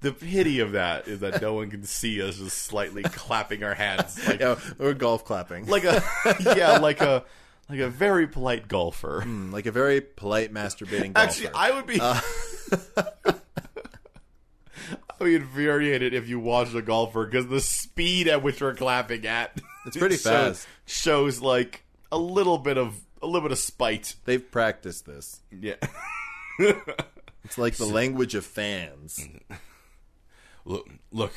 Speaker 2: the pity of that is that no one can see us just slightly clapping our hands like
Speaker 1: Yeah, or golf clapping. Like,
Speaker 2: like a yeah, like a like a very polite golfer.
Speaker 1: Mm, like a very polite masturbating golfer.
Speaker 2: Actually, I would be. I would be infuriated if you watched a golfer because the speed at which we're clapping at
Speaker 1: It's pretty fast.
Speaker 2: Shows like a little bit of a little bit of spite.
Speaker 1: They've practiced this.
Speaker 2: Yeah.
Speaker 1: It's like the language of fans.
Speaker 2: Mm-hmm. Look, look,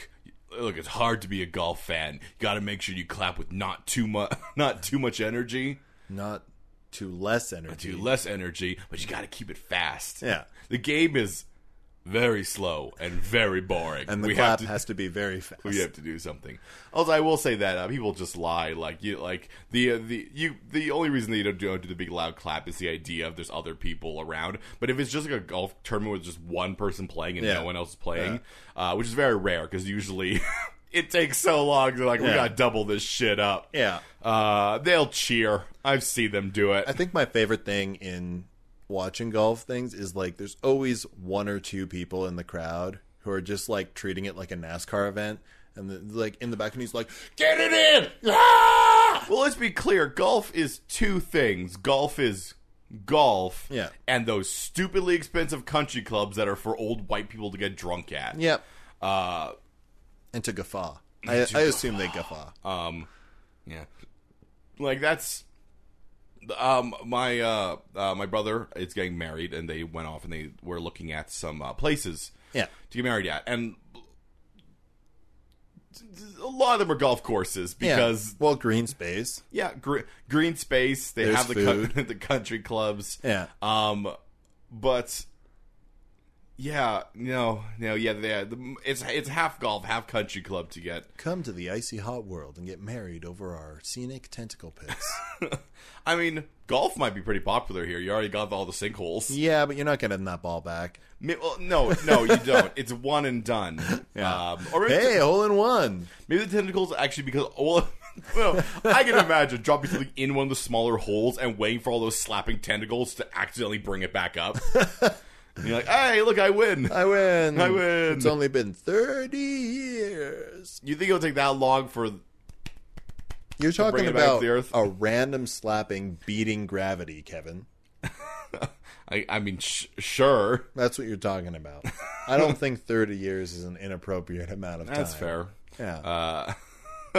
Speaker 2: look. It's hard to be a golf fan. You got to make sure you clap with not too much, not too much energy,
Speaker 1: Not to less energy.
Speaker 2: too less energy, but you got to keep it fast.
Speaker 1: Yeah.
Speaker 2: The game is very slow and very boring.
Speaker 1: And the
Speaker 2: we have
Speaker 1: clap
Speaker 2: to
Speaker 1: has to be very fast.
Speaker 2: we have to do something. Also, I will say that uh, people just lie. Like you, like the uh, the you. The only reason that you don't do, don't do the big loud clap is the idea of there's other people around. But if it's just like a golf tournament with just one person playing and
Speaker 1: Yeah.
Speaker 2: no one else is playing, uh, which is very rare because usually it takes so long. They're like, we
Speaker 1: Yeah.
Speaker 2: gotta double this shit up.
Speaker 1: Yeah.
Speaker 2: Uh, they'll cheer. I've seen them do it.
Speaker 1: I think my favorite thing in watching golf things is like there's always one or two people in the crowd who are just like treating it like a NASCAR event. And the, like in the back, and he's like,
Speaker 2: Get it in! Ah! Well, let's be clear. Golf is two things. Golf is golf,
Speaker 1: Yeah.
Speaker 2: and those stupidly expensive country clubs that are for old white people to get drunk at.
Speaker 1: "Yep,"
Speaker 2: Uh,
Speaker 1: and to guffaw. Uh, I, I assume they guffaw.
Speaker 2: um, yeah. Like that's, um, my uh, uh, my brother is getting married, and they went off and they were looking at some uh, places
Speaker 1: Yeah,
Speaker 2: to get married at, and a lot of them are golf courses
Speaker 1: Yeah.
Speaker 2: because
Speaker 1: well, green space.
Speaker 2: Yeah, gre- green space. They
Speaker 1: There's
Speaker 2: have the co- the country clubs.
Speaker 1: Yeah,
Speaker 2: Um, but yeah, no, no, yeah, yeah. The, it's it's half golf, half country club to get.
Speaker 1: come to the icy hot world and get married over our scenic tentacle pits.
Speaker 2: I mean, golf might be pretty popular here. You already got all the sinkholes.
Speaker 1: yeah, but you're not getting that ball back.
Speaker 2: Mi- well, no, no, you don't. It's one and done.
Speaker 1: Yeah.
Speaker 2: Um, or maybe,
Speaker 1: Hey, hole in one.
Speaker 2: maybe the tentacles actually because well, well, I can imagine dropping something in one of the smaller holes and waiting for all those slapping tentacles to accidentally bring it back up. And you're like, hey, look, I win.
Speaker 1: I win.
Speaker 2: I win.
Speaker 1: It's only been thirty years.
Speaker 2: You think it'll take that long for?
Speaker 1: You're talking
Speaker 2: bring it back to
Speaker 1: about
Speaker 2: the earth.
Speaker 1: a random slapping beating gravity, Kevin.
Speaker 2: I, I mean, sh- sure,
Speaker 1: That's what you're talking about. I don't think 30 years is an inappropriate amount of time.
Speaker 2: that's fair.
Speaker 1: Yeah.
Speaker 2: Uh,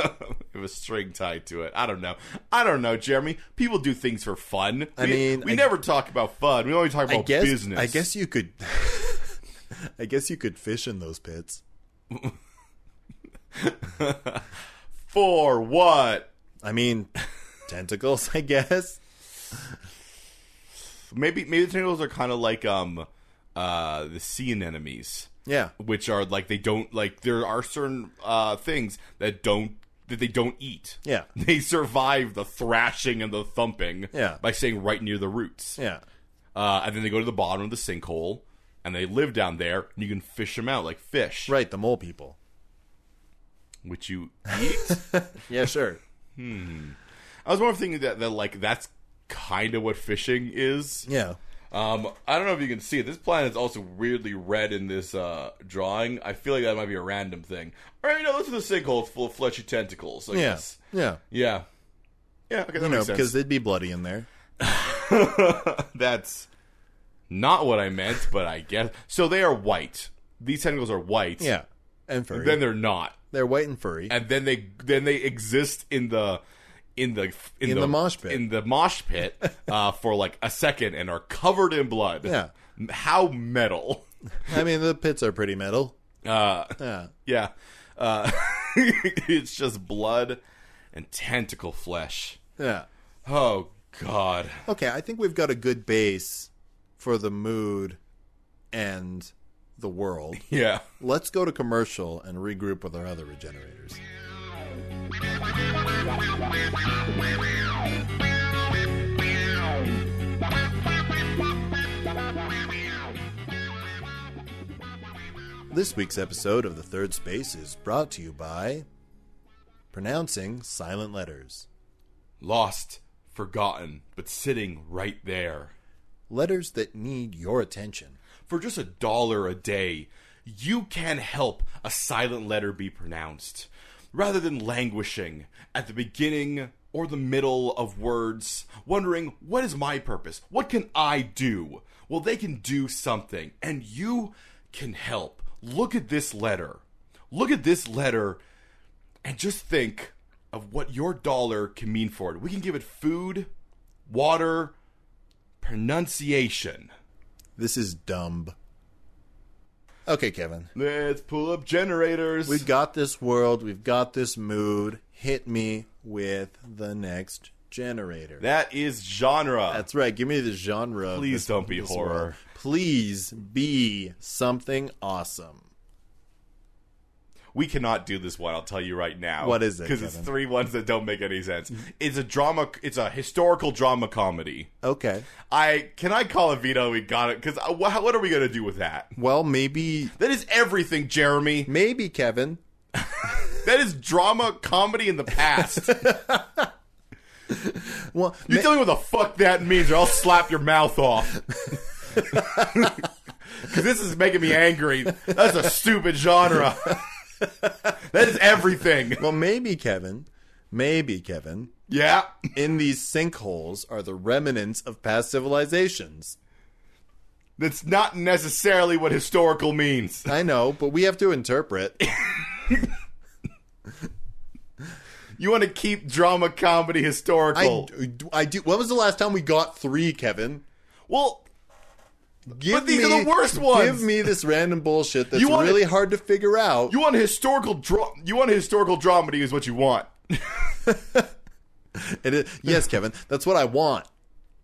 Speaker 2: if a string tied to it, I don't know. I don't know, Jeremy. People do things for fun.
Speaker 1: I
Speaker 2: We-
Speaker 1: mean,
Speaker 2: we
Speaker 1: I-
Speaker 2: never talk about fun. We only talk
Speaker 1: I
Speaker 2: about
Speaker 1: guess
Speaker 2: business.
Speaker 1: I guess you could I guess you could fish in those pits.
Speaker 2: for what?
Speaker 1: I mean, tentacles, I guess.
Speaker 2: Maybe maybe the tentacles are kind of like um uh the sea anemones,
Speaker 1: Yeah.
Speaker 2: which are like they don't like there are certain uh things that don't that they don't eat.
Speaker 1: Yeah.
Speaker 2: They survive the thrashing and the thumping
Speaker 1: Yeah.
Speaker 2: by staying right near the roots.
Speaker 1: Yeah.
Speaker 2: Uh, and then they go to the bottom of the sinkhole and they live down there and you can fish them out like fish.
Speaker 1: Right, the mole people.
Speaker 2: Which you eat?
Speaker 1: Yeah, sure.
Speaker 2: I was more thinking that, that like that's kind of what fishing is.
Speaker 1: Yeah.
Speaker 2: Um, I don't know if you can see it. This planet is also weirdly red in this uh, drawing. I feel like that might be a random thing. Or you know, those are the sinkholes full of fleshy tentacles. I
Speaker 1: Yeah.
Speaker 2: guess.
Speaker 1: Yeah.
Speaker 2: Yeah. Yeah. Okay, that
Speaker 1: You know,
Speaker 2: makes
Speaker 1: because they'd be bloody in there.
Speaker 2: sense. that's not what I meant, but I guess so. They are white. These tentacles are white.
Speaker 1: Yeah. And furry.
Speaker 2: Then they're not.
Speaker 1: They're white and furry.
Speaker 2: and then they then they exist in the in the in,
Speaker 1: the mosh pit.
Speaker 2: in the mosh pit uh, for like a second and are covered in blood.
Speaker 1: Yeah.
Speaker 2: how metal.
Speaker 1: I mean, the pits are pretty metal.
Speaker 2: Uh,
Speaker 1: Yeah.
Speaker 2: yeah, uh, it's just blood and tentacle flesh.
Speaker 1: Yeah.
Speaker 2: Oh God,
Speaker 1: Okay, I think we've got a good base for the mood and the world.
Speaker 2: Yeah.
Speaker 1: Let's go to commercial and regroup with our other regenerators. This week's episode of The Third Space is brought to you by Pronouncing Silent Letters.
Speaker 2: Lost, forgotten, but sitting right there.
Speaker 1: Letters that need your attention.
Speaker 2: For just a dollar a day, you can help a silent letter be pronounced. Rather than languishing at the beginning or the middle of words, wondering, what is my purpose? What can I do? Well, they can do something, and you can help. Look at this letter. Look at this letter and just think of what your dollar can mean for it. We can give it food, water, pronunciation.
Speaker 1: This is dumb. Okay, Kevin.
Speaker 2: Let's pull up generators.
Speaker 1: We've got this world. We've got this mood. Hit me with the next generator.
Speaker 2: that is genre.
Speaker 1: That's right. Give me the genre. of
Speaker 2: Please
Speaker 1: this-
Speaker 2: don't be
Speaker 1: this
Speaker 2: horror.
Speaker 1: world. Please be something awesome.
Speaker 2: we cannot do this one. I'll tell you right now.
Speaker 1: What is it,
Speaker 2: Because it's
Speaker 1: Kevin? Mm-hmm.
Speaker 2: three ones that don't make any sense. It's a drama. It's a historical drama comedy.
Speaker 1: Okay.
Speaker 2: I can I call it veto? We got it. Because what are we gonna do with that?
Speaker 1: Well, maybe,
Speaker 2: That is everything, Jeremy.
Speaker 1: maybe Kevin.
Speaker 2: That is drama comedy in the past.
Speaker 1: Well,
Speaker 2: You're
Speaker 1: ma-
Speaker 2: telling me what the fuck that means, or I'll slap your mouth off. Because this is making me angry. That's a stupid genre. that is everything.
Speaker 1: well, maybe Kevin. Maybe Kevin.
Speaker 2: Yeah.
Speaker 1: In these sinkholes are the remnants of past civilizations.
Speaker 2: That's not necessarily what historical means.
Speaker 1: I know, but we have to interpret.
Speaker 2: You want to keep drama comedy
Speaker 1: I,
Speaker 2: historical.
Speaker 1: I do. When was the last time we got three, Kevin?
Speaker 2: well,
Speaker 1: Give
Speaker 2: But these are the worst ones.
Speaker 1: Give me this random bullshit that's
Speaker 2: You wanna-
Speaker 1: really hard to figure out.
Speaker 2: you want a historical dra- you want a historical dramedy is what you want.
Speaker 1: It is- yes, Kevin, that's what I want.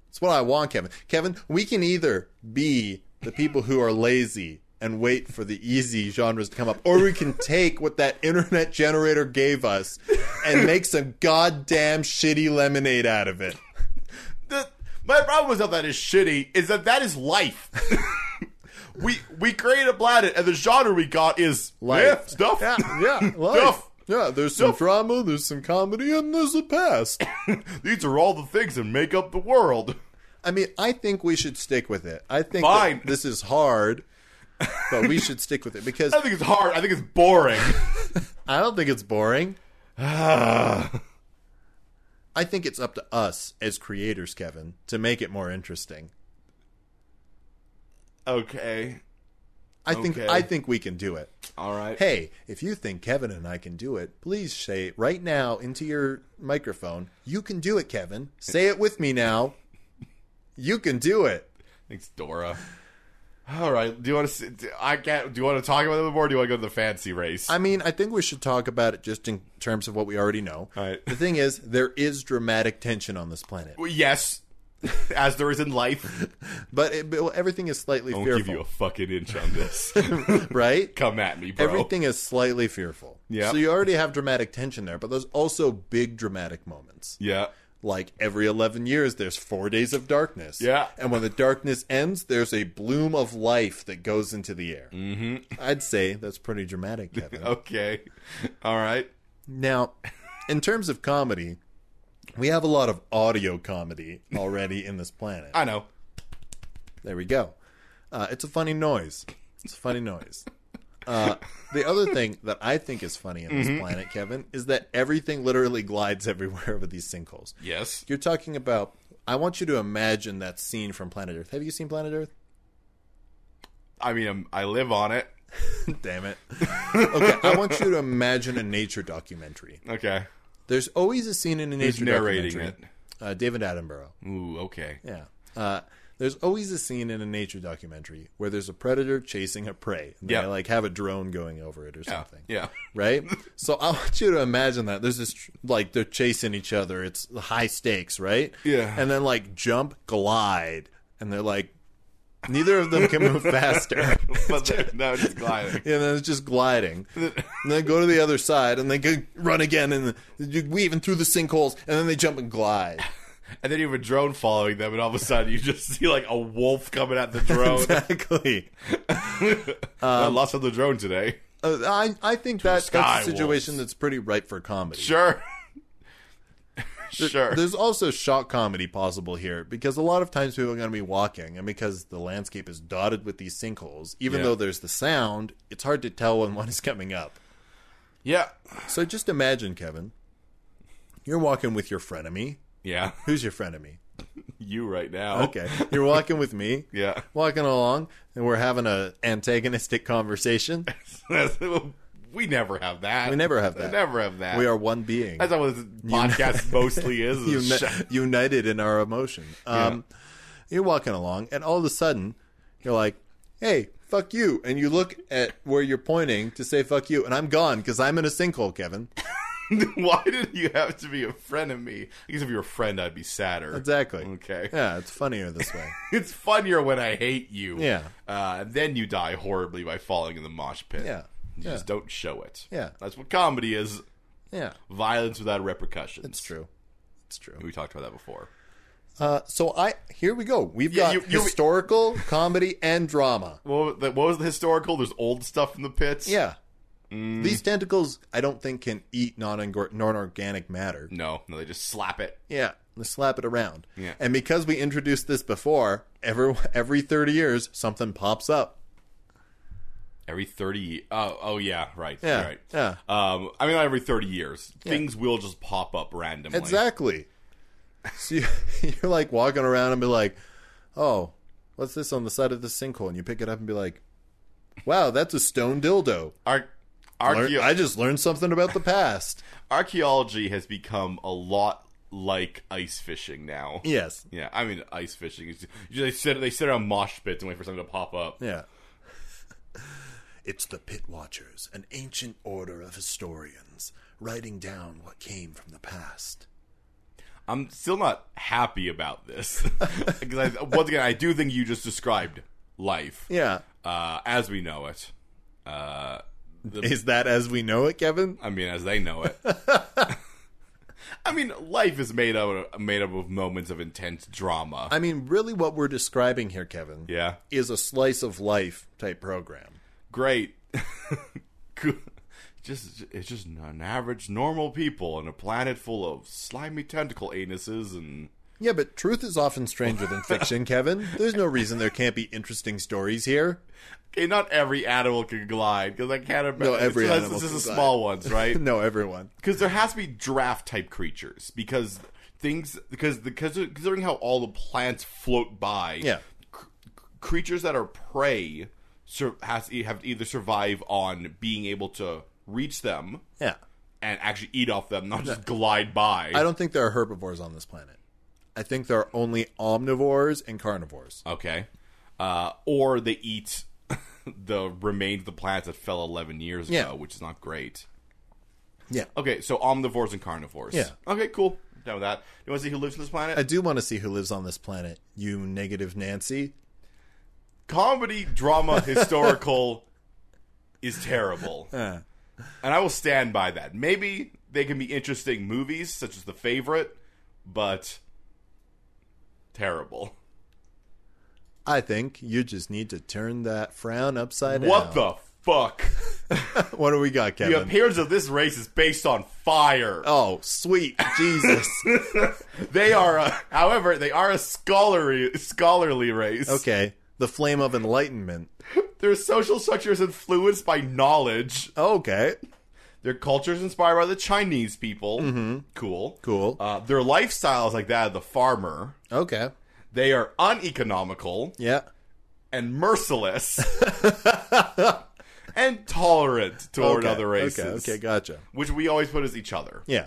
Speaker 1: That's what I want, Kevin. Kevin, we can either be the people who are lazy and wait for the easy genres to come up, or we can take what that internet generator gave us and make some goddamn shitty lemonade out of it.
Speaker 2: The, my problem with that is shitty is that that is life. we we create a planet and the genre we got is
Speaker 1: Life.
Speaker 2: yeah, stuff.
Speaker 1: Yeah,
Speaker 2: Stuff.
Speaker 1: yeah. There's some drama, there's some comedy, and there's a past.
Speaker 2: These are all the things that make up the world.
Speaker 1: I mean, I think we should stick with it. I think
Speaker 2: Fine.
Speaker 1: that this is hard, but we should stick with it because
Speaker 2: I think it's hard. I think it's boring.
Speaker 1: I don't think it's boring. I think it's up to us as creators, Kevin, to make it more interesting.
Speaker 2: okay.
Speaker 1: I think
Speaker 2: Okay.
Speaker 1: I think we can do it.
Speaker 2: All right.
Speaker 1: Hey, if you think Kevin and I can do it, please say it right now into your microphone. You can do it, Kevin. Say it with me now. You can do it.
Speaker 2: Thanks, Dora. All right. Do you want to? I can't. Do you want to talk about it more? Or do you want to go to the fancy race?
Speaker 1: I mean, I think we should talk about it just in terms of what we already know.
Speaker 2: All right.
Speaker 1: The thing is, there is dramatic tension on this planet,
Speaker 2: Well, yes, as there is in life.
Speaker 1: but, it, but everything is slightly
Speaker 2: I'll give you a
Speaker 1: fearful,
Speaker 2: fucking inch on this.
Speaker 1: right?
Speaker 2: Come at me, bro.
Speaker 1: Everything is slightly fearful.
Speaker 2: Yeah.
Speaker 1: So you already have dramatic tension there, but there's also big dramatic moments.
Speaker 2: Yeah.
Speaker 1: Like every 11 years, there's four days of darkness.
Speaker 2: Yeah.
Speaker 1: And when the darkness ends, there's a bloom of life that goes into the air. Mm-hmm. I'd say that's pretty dramatic, Kevin.
Speaker 2: Okay. All right.
Speaker 1: Now, in terms of comedy, we have a lot of audio comedy already in this planet.
Speaker 2: I know.
Speaker 1: There we go. Uh, it's a funny noise. It's a funny noise. Uh, the other thing that I think is funny in this
Speaker 2: Mm-hmm.
Speaker 1: planet, Kevin, is that everything literally glides everywhere with these sinkholes.
Speaker 2: Yes.
Speaker 1: You're talking about. I want you to imagine that scene from Planet Earth. Have you seen Planet Earth?
Speaker 2: I mean, I'm, I live on it.
Speaker 1: Damn it. Okay, I want you to imagine a nature documentary.
Speaker 2: Okay.
Speaker 1: There's always a scene in a
Speaker 2: Who's
Speaker 1: nature
Speaker 2: narrating it?
Speaker 1: documentary. Uh, David Attenborough.
Speaker 2: Ooh. Okay.
Speaker 1: Yeah. Uh, there's always a scene in a nature documentary where there's a predator chasing a prey. And
Speaker 2: Yeah.
Speaker 1: They like have a drone going over it or
Speaker 2: Yeah.
Speaker 1: something.
Speaker 2: Yeah.
Speaker 1: Right? so I want you to imagine that. There's this, tr- like, they're chasing each other. It's high stakes, right?
Speaker 2: Yeah.
Speaker 1: And then, like, jump, glide. And they're like, neither of them can move faster.
Speaker 2: but they're- no, it's gliding.
Speaker 1: and then it's just gliding. and then go to the other side, and they can run again, and you weave and through the sinkholes, and then they jump and glide.
Speaker 2: And then you have a drone following them, and all of a sudden you just see like a wolf coming at the drone.
Speaker 1: Exactly.
Speaker 2: I lost on the drone today.
Speaker 1: Uh, I I think that
Speaker 2: sky
Speaker 1: that's a situation that's pretty ripe for comedy.
Speaker 2: Sure. sure.
Speaker 1: There's also shock comedy possible here because a lot of times people are going to be walking, and because the landscape is dotted with these sinkholes, even
Speaker 2: Yeah.
Speaker 1: though there's the sound, it's hard to tell when one is coming up.
Speaker 2: Yeah.
Speaker 1: So just imagine, Kevin, you're walking with your frenemy.
Speaker 2: Yeah.
Speaker 1: Who's your frenemy?
Speaker 2: You right now.
Speaker 1: Okay, you're walking with me.
Speaker 2: Yeah.
Speaker 1: walking along, and we're having a antagonistic conversation.
Speaker 2: we never have that.
Speaker 1: We never have
Speaker 2: We
Speaker 1: that.
Speaker 2: never have that.
Speaker 1: We are one being.
Speaker 2: That's not what this podcast mostly is. is
Speaker 1: Uni-
Speaker 2: sh-
Speaker 1: united in our emotion. Um, You're walking along, and all of a sudden, you're like, "Hey, fuck you!" And you look at where you're pointing to say "fuck you," and I'm gone because I'm in a sinkhole, Kevin.
Speaker 2: Why did you have to be a friend of me? I guess if you were a friend, I'd be sadder.
Speaker 1: Exactly.
Speaker 2: Okay.
Speaker 1: Yeah, it's funnier this way.
Speaker 2: It's funnier when I hate you.
Speaker 1: Yeah.
Speaker 2: Uh, and then you die horribly by falling in the mosh pit.
Speaker 1: Yeah.
Speaker 2: You
Speaker 1: Yeah.
Speaker 2: just don't show it.
Speaker 1: Yeah.
Speaker 2: That's what comedy is
Speaker 1: Yeah,
Speaker 2: violence without repercussions.
Speaker 1: it's true. It's true.
Speaker 2: We talked about that before.
Speaker 1: Uh, so I here we go. We've
Speaker 2: Yeah,
Speaker 1: got
Speaker 2: you- you-
Speaker 1: historical comedy and drama.
Speaker 2: What was the, what was the historical? There's old stuff in the pits.
Speaker 1: Yeah. These tentacles, I don't think, can eat non organic matter.
Speaker 2: No, no, they just slap it.
Speaker 1: Yeah. Let's slap it around.
Speaker 2: Yeah.
Speaker 1: And because we introduced this before, every, every 30 years, something pops up.
Speaker 2: Every 30 oh oh yeah, right.
Speaker 1: Yeah,
Speaker 2: Right.
Speaker 1: yeah.
Speaker 2: Um I mean not every 30 years. Things will just pop up randomly.
Speaker 1: Exactly. So you, you're like walking around and be like, oh, what's this on the side of the sinkhole? And you pick it up and be like, wow, that's a stone dildo.
Speaker 2: Ar-
Speaker 1: Learn-
Speaker 2: archae-
Speaker 1: I just learned something about the past.
Speaker 2: archaeology has become a lot like ice fishing now.
Speaker 1: yes.
Speaker 2: Yeah, I mean ice fishing. Is they sit they sit around mosh pits and wait for something to pop up.
Speaker 1: Yeah.
Speaker 3: It's the Pit Watchers, an ancient order of historians, writing down what came from the past.
Speaker 2: I'm still not happy about this because I, once again I do think you just described life
Speaker 1: Yeah.
Speaker 2: uh, as we know it. Uh,
Speaker 1: Is that as we know it, Kevin?
Speaker 2: I mean, as they know it. I mean, life is made up made up of moments of intense drama.
Speaker 1: I mean, really, what we're describing here, Kevin,
Speaker 2: yeah,
Speaker 1: is a slice of life type program.
Speaker 2: great. Good. just it's just an average normal people on a planet full of slimy tentacle anuses and
Speaker 1: Yeah, but truth is often stranger than fiction, Kevin. There's no reason there can't be interesting stories here.
Speaker 2: okay, not every animal can glide because I can't imagine.
Speaker 1: No, every
Speaker 2: so
Speaker 1: animal
Speaker 2: This is
Speaker 1: can
Speaker 2: the
Speaker 1: glide.
Speaker 2: small ones, right?
Speaker 1: No, everyone.
Speaker 2: because there has to be draft type creatures because things because because considering how all the plants float by
Speaker 1: Yeah.
Speaker 2: cr- creatures that are prey sur- has to have to either survive on being able to reach them
Speaker 1: Yeah.
Speaker 2: and actually eat off them not just glide by
Speaker 1: I don't think there are herbivores on this planet. I think there are only omnivores and carnivores.
Speaker 2: okay uh, or they eat the remains of the plants that fell 11 years
Speaker 1: Yeah.
Speaker 2: ago which is not great
Speaker 1: Yeah.
Speaker 2: okay so omnivores and carnivores
Speaker 1: Yeah.
Speaker 2: okay cool down with that you want to see who lives on this planet
Speaker 1: I do want to see who lives on this planet, you negative Nancy.
Speaker 2: comedy, drama, historical is terrible. And I will stand by that. Maybe they can be interesting movies, such as The Favorite, but terrible.
Speaker 1: I think you just need to turn that frown upside
Speaker 2: What
Speaker 1: down.
Speaker 2: the fuck?
Speaker 1: the? What do we got, Kevin?
Speaker 2: The appearance of this race is based on fire.
Speaker 1: Oh, sweet Jesus.
Speaker 2: They are, a, however, they are a scholarly scholarly race.
Speaker 1: okay. The flame of enlightenment.
Speaker 2: Their social structure is influenced by knowledge.
Speaker 1: Okay.
Speaker 2: Their culture is inspired by the Chinese people. Cool.
Speaker 1: Mm-hmm. Cool.
Speaker 2: Uh, their lifestyle is like that of the farmer.
Speaker 1: Okay.
Speaker 2: They are uneconomical
Speaker 1: Yeah.
Speaker 2: and merciless and tolerant toward
Speaker 1: okay.
Speaker 2: other races,
Speaker 1: Okay. Okay. Gotcha.
Speaker 2: which we always put as each other.
Speaker 1: Yeah.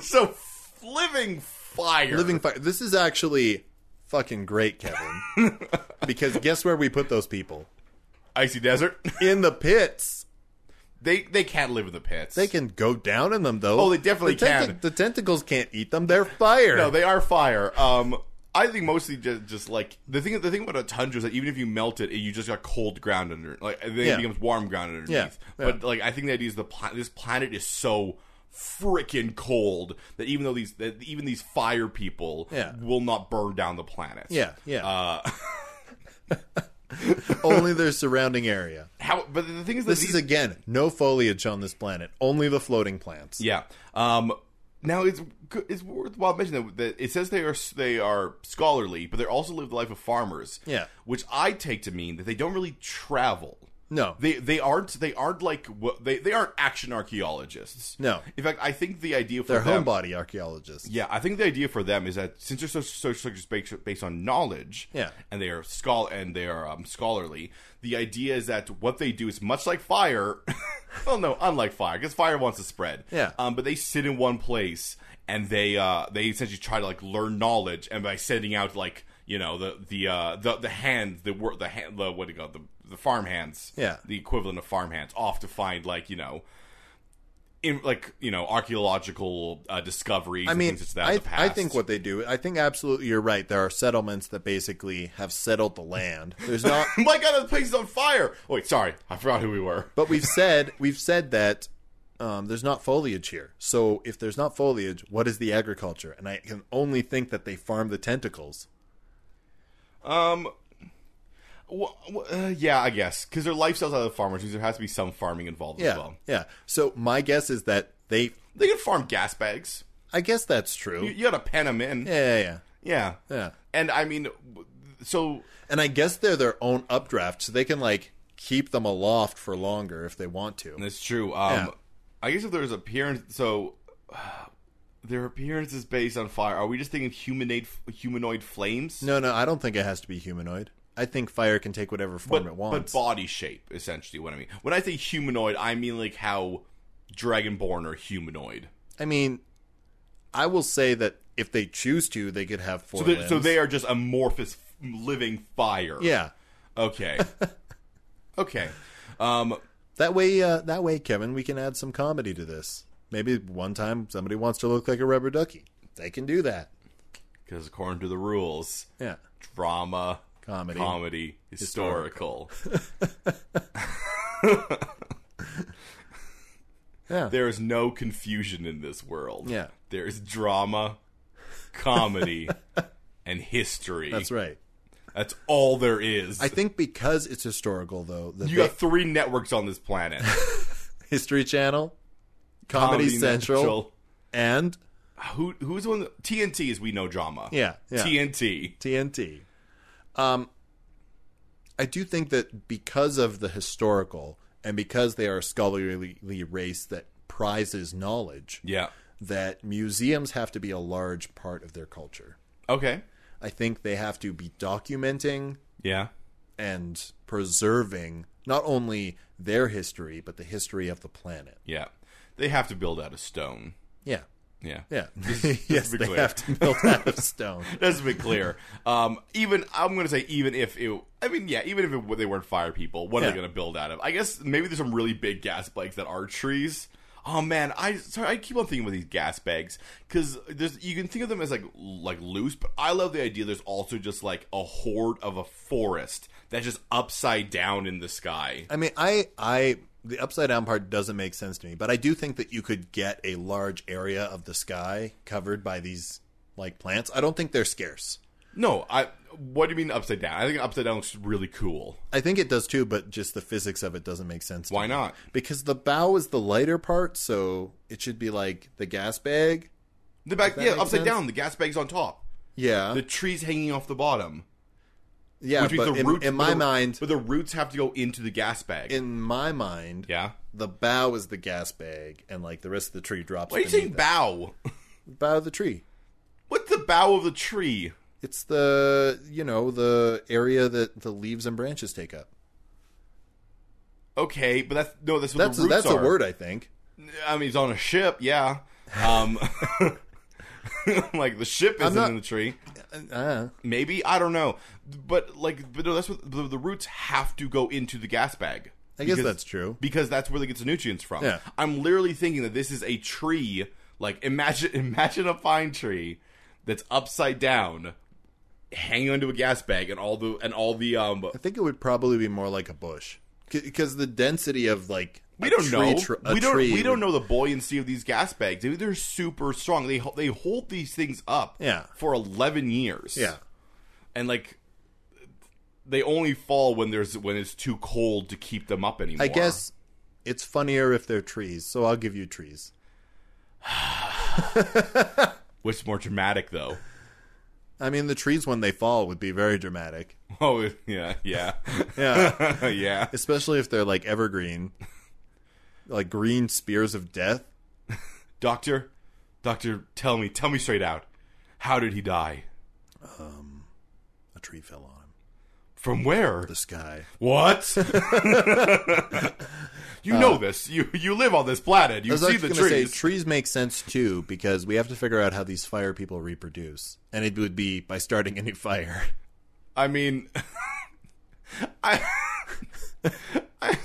Speaker 2: so f- living fire.
Speaker 1: Living fire. This is actually fucking great, Kevin. because guess where we put those people?
Speaker 2: icy desert.
Speaker 1: In the pits.
Speaker 2: they they can't live in the pits.
Speaker 1: They can go down in them, though.
Speaker 2: Oh, they definitely
Speaker 1: the
Speaker 2: can.
Speaker 1: The tentacles can't eat them. They're fire.
Speaker 2: No, they are fire. Um, I think mostly just, just like the thing. The thing about a tundra is that even if you melt it, you just got cold ground under. Like then
Speaker 1: Yeah.
Speaker 2: it becomes warm ground underneath.
Speaker 1: Yeah,
Speaker 2: But like I think the idea is the pla- this planet is so freaking cold that even though these that even these fire people
Speaker 1: Yeah.
Speaker 2: will not burn down the planet.
Speaker 1: Yeah, yeah.
Speaker 2: Uh,
Speaker 1: Only their surrounding area.
Speaker 2: how? But the thing is, that
Speaker 1: This
Speaker 2: these,
Speaker 1: is again no foliage on this planet. Only the floating plants.
Speaker 2: Yeah. Um, now it's good- it's worthwhile mentioning that, that it says they are they are scholarly, but they also live the life of farmers.
Speaker 1: Yeah.
Speaker 2: which I take to mean that they don't really travel.
Speaker 1: No.
Speaker 2: They they aren't they aren't like what they they aren't action archaeologists.
Speaker 1: No.
Speaker 2: in fact, I think the idea for
Speaker 1: They're
Speaker 2: them,
Speaker 1: homebody archaeologists.
Speaker 2: yeah, I think the idea for them is that since they're so so structures based, based on knowledge,
Speaker 1: Yeah.
Speaker 2: and they are schol and they are um, scholarly, the idea is that what they do is much like fire. well, no, unlike fire, because fire wants to spread.
Speaker 1: Yeah.
Speaker 2: Um, but they sit in one place and they uh they essentially try to like learn knowledge, and by sending out like you know the the uh the the hands the work the hand the what do you call it, the the farm hands
Speaker 1: Yeah.
Speaker 2: the equivalent of farm hands off to find like you know in like you know archaeological uh, discoveries.
Speaker 1: I
Speaker 2: and
Speaker 1: mean,
Speaker 2: things that
Speaker 1: I,
Speaker 2: the
Speaker 1: I
Speaker 2: past.
Speaker 1: think what they do, I think absolutely you're right. There are settlements that basically have settled the land. There's not,
Speaker 2: Oh my god, the place is on fire. Oh, wait, sorry, I forgot who we were.
Speaker 1: but we've said we've said that um, there's not foliage here. So if there's not foliage, what is the agriculture? And I can only think that they farm the tentacles.
Speaker 2: Um, wh- wh- uh, yeah, I guess because their lifestyles are the farmers, means there has to be some farming involved
Speaker 1: Yeah,
Speaker 2: as well.
Speaker 1: yeah. So my guess is that they.
Speaker 2: They can farm gas bags.
Speaker 1: I guess that's
Speaker 2: You,
Speaker 1: true.
Speaker 2: you gotta pen them in.
Speaker 1: Yeah, yeah, yeah,
Speaker 2: Yeah.
Speaker 1: yeah.
Speaker 2: and I mean, w- so
Speaker 1: And I guess they're their own updraft, so they can like keep them aloft for longer if they want to.
Speaker 2: that's true. Um,
Speaker 1: Yeah.
Speaker 2: I guess if there's appearance, so. their appearance is based on fire. Are we just thinking humanoid humanoid flames?
Speaker 1: No, no, I don't think it has to be humanoid. I think fire can take whatever form
Speaker 2: but,
Speaker 1: it wants.
Speaker 2: but body shape, essentially, what I mean. When I say humanoid, I mean like how dragonborn are humanoid.
Speaker 1: I mean, I will say that if they choose to, they could have four
Speaker 2: So, they-
Speaker 1: limbs.
Speaker 2: so they are just amorphous f- living fire.
Speaker 1: yeah.
Speaker 2: Okay. okay. Um.
Speaker 1: That way, uh, that way, Kevin, we can add some comedy to this. Maybe one time somebody wants to look like a rubber ducky. They can do that.
Speaker 2: Because according to the rules,
Speaker 1: Yeah,
Speaker 2: drama,
Speaker 1: comedy.
Speaker 2: comedy, historical.
Speaker 1: yeah,
Speaker 2: there is no confusion in this world.
Speaker 1: Yeah.
Speaker 2: There is drama, comedy, and history.
Speaker 1: that's right.
Speaker 2: That's all there is.
Speaker 1: I think because it's historical, though, the
Speaker 2: you got three networks on this planet.
Speaker 1: History Channel, Comedy, Central, and
Speaker 2: Who who's the one? That, TNT is we know drama.
Speaker 1: yeah, yeah.
Speaker 2: TNT.
Speaker 1: TNT. Um, I do think that because of the historical and because they are a scholarly race that prizes knowledge,
Speaker 2: Yeah.
Speaker 1: that museums have to be a large part of their culture.
Speaker 2: Okay.
Speaker 1: I think they have to be documenting
Speaker 2: Yeah.
Speaker 1: and preserving not only their history but the history of the planet.
Speaker 2: Yeah. They have to build out of stone.
Speaker 1: Yeah,
Speaker 2: Yeah.
Speaker 1: yeah, yes,
Speaker 2: be
Speaker 1: they
Speaker 2: clear.
Speaker 1: have to build out of stone.
Speaker 2: Let's be clear. Um, even I'm going to say even if it, I mean yeah, even if it, they weren't fire people, what are
Speaker 1: Yeah.
Speaker 2: they going to build out of? I guess maybe there's some really big gas bags that are trees. Oh man, I sorry, I keep on thinking about these gas bags because there's you can think of them as like like loose, but I love the idea. There's also just like a horde of a forest that's just upside down in the sky.
Speaker 1: I mean, I, I, the upside down part doesn't make sense to me, but I do think that you could get a large area of the sky covered by these like plants. I don't think they're scarce.
Speaker 2: No, I. What do you mean upside down? I think upside down looks really cool.
Speaker 1: I think it does too, but just the physics of it doesn't make sense. to
Speaker 2: Why
Speaker 1: me.
Speaker 2: not?
Speaker 1: Because the bow is the lighter part, so it should be like the gas bag.
Speaker 2: The back,
Speaker 1: that
Speaker 2: yeah,
Speaker 1: make
Speaker 2: upside
Speaker 1: sense?
Speaker 2: down. The gas bag's on top.
Speaker 1: Yeah,
Speaker 2: The trees hanging off the bottom.
Speaker 1: yeah.
Speaker 2: Which means
Speaker 1: But
Speaker 2: the
Speaker 1: in,
Speaker 2: roots-
Speaker 1: in my
Speaker 2: but the-
Speaker 1: mind,
Speaker 2: But the roots have to go into the gas bag.
Speaker 1: in my mind,
Speaker 2: yeah.
Speaker 1: the bow is the gas bag, and like the rest of the tree drops.
Speaker 2: Why are you saying
Speaker 1: beneath
Speaker 2: bough?
Speaker 1: it. bow of the tree?
Speaker 2: What's the bough of the tree?
Speaker 1: It's the you know the area that the leaves and branches take up.
Speaker 2: Okay, but that's no. That's what
Speaker 1: That's
Speaker 2: the roots
Speaker 1: that's
Speaker 2: are.
Speaker 1: a word I think.
Speaker 2: I mean, it's on a ship. Yeah. Um, like the ship isn't
Speaker 1: not-
Speaker 2: in the tree.
Speaker 1: Uh,
Speaker 2: Maybe I don't know. But like, but no, that's what the, the roots have to go into the gas bag.
Speaker 1: I guess
Speaker 2: Because-
Speaker 1: that's true.
Speaker 2: because that's where they get the nutrients from.
Speaker 1: Yeah.
Speaker 2: I'm literally thinking that this is a tree. Like imagine imagine a pine tree that's upside down hanging onto a gas bag and all the and all the um
Speaker 1: I think it would probably be more like a bush because the density of like
Speaker 2: we
Speaker 1: a
Speaker 2: don't
Speaker 1: tree
Speaker 2: know.
Speaker 1: tr- a
Speaker 2: we don't.
Speaker 1: tree
Speaker 2: we
Speaker 1: would-
Speaker 2: don't know the buoyancy of these gas bags. They- They're super strong. They ho- they hold these things up.
Speaker 1: Yeah.
Speaker 2: for eleven years.
Speaker 1: Yeah,
Speaker 2: and like they only fall when there's when it's too cold to keep them up anymore.
Speaker 1: I guess it's funnier if they're trees. So I'll give you trees.
Speaker 2: Which is more dramatic though?
Speaker 1: I mean, the trees when they fall would be very dramatic.
Speaker 2: Oh yeah, yeah,
Speaker 1: Yeah,
Speaker 2: yeah.
Speaker 1: especially if they're like evergreen, like green spears of death.
Speaker 2: Doctor, doctor, tell me, tell me straight out, how did he die?
Speaker 1: A tree fell on him.
Speaker 2: From where?
Speaker 1: The sky.
Speaker 2: What? you know this. You you live on this planet.
Speaker 1: Uh, I
Speaker 2: You
Speaker 1: was
Speaker 2: see the
Speaker 1: actually going to
Speaker 2: trees.
Speaker 1: say trees make sense too because we have to figure out how these fire people reproduce, and it would be by starting a new fire.
Speaker 2: I mean, I, I,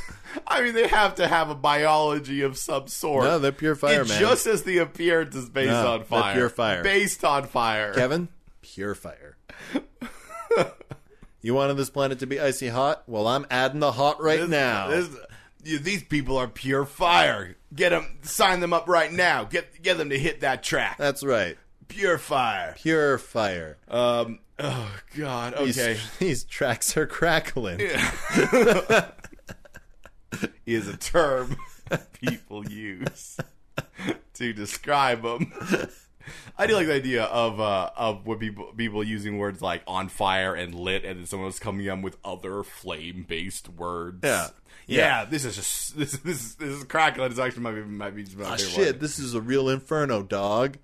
Speaker 2: I mean, they have to have a biology of some sort.
Speaker 1: No, they're pure fire,
Speaker 2: it
Speaker 1: man.
Speaker 2: just says the appearance is based
Speaker 1: No,
Speaker 2: on
Speaker 1: they're
Speaker 2: fire.
Speaker 1: pure fire.
Speaker 2: Based on fire.
Speaker 1: Kevin, pure fire. you wanted this planet to be icy hot? Well, I'm adding the hot right
Speaker 2: This-
Speaker 1: now.
Speaker 2: this- you- these people are pure fire. Get them, sign them up right now. Get get them to hit that track.
Speaker 1: That's right.
Speaker 2: pure fire.
Speaker 1: Pure fire.
Speaker 2: Um. Oh God.
Speaker 1: These,
Speaker 2: Okay.
Speaker 1: these tracks are crackling.
Speaker 2: Is a term people use to describe them. I do like the idea of uh of what people people using words like on fire and lit, and then someone else coming up with other flame based words.
Speaker 1: Yeah.
Speaker 2: Yeah, This is just this this is, this is crackling. It's actually my might be my
Speaker 1: Ah,
Speaker 2: favorite
Speaker 1: shit,
Speaker 2: one.
Speaker 1: this is a real inferno, dog.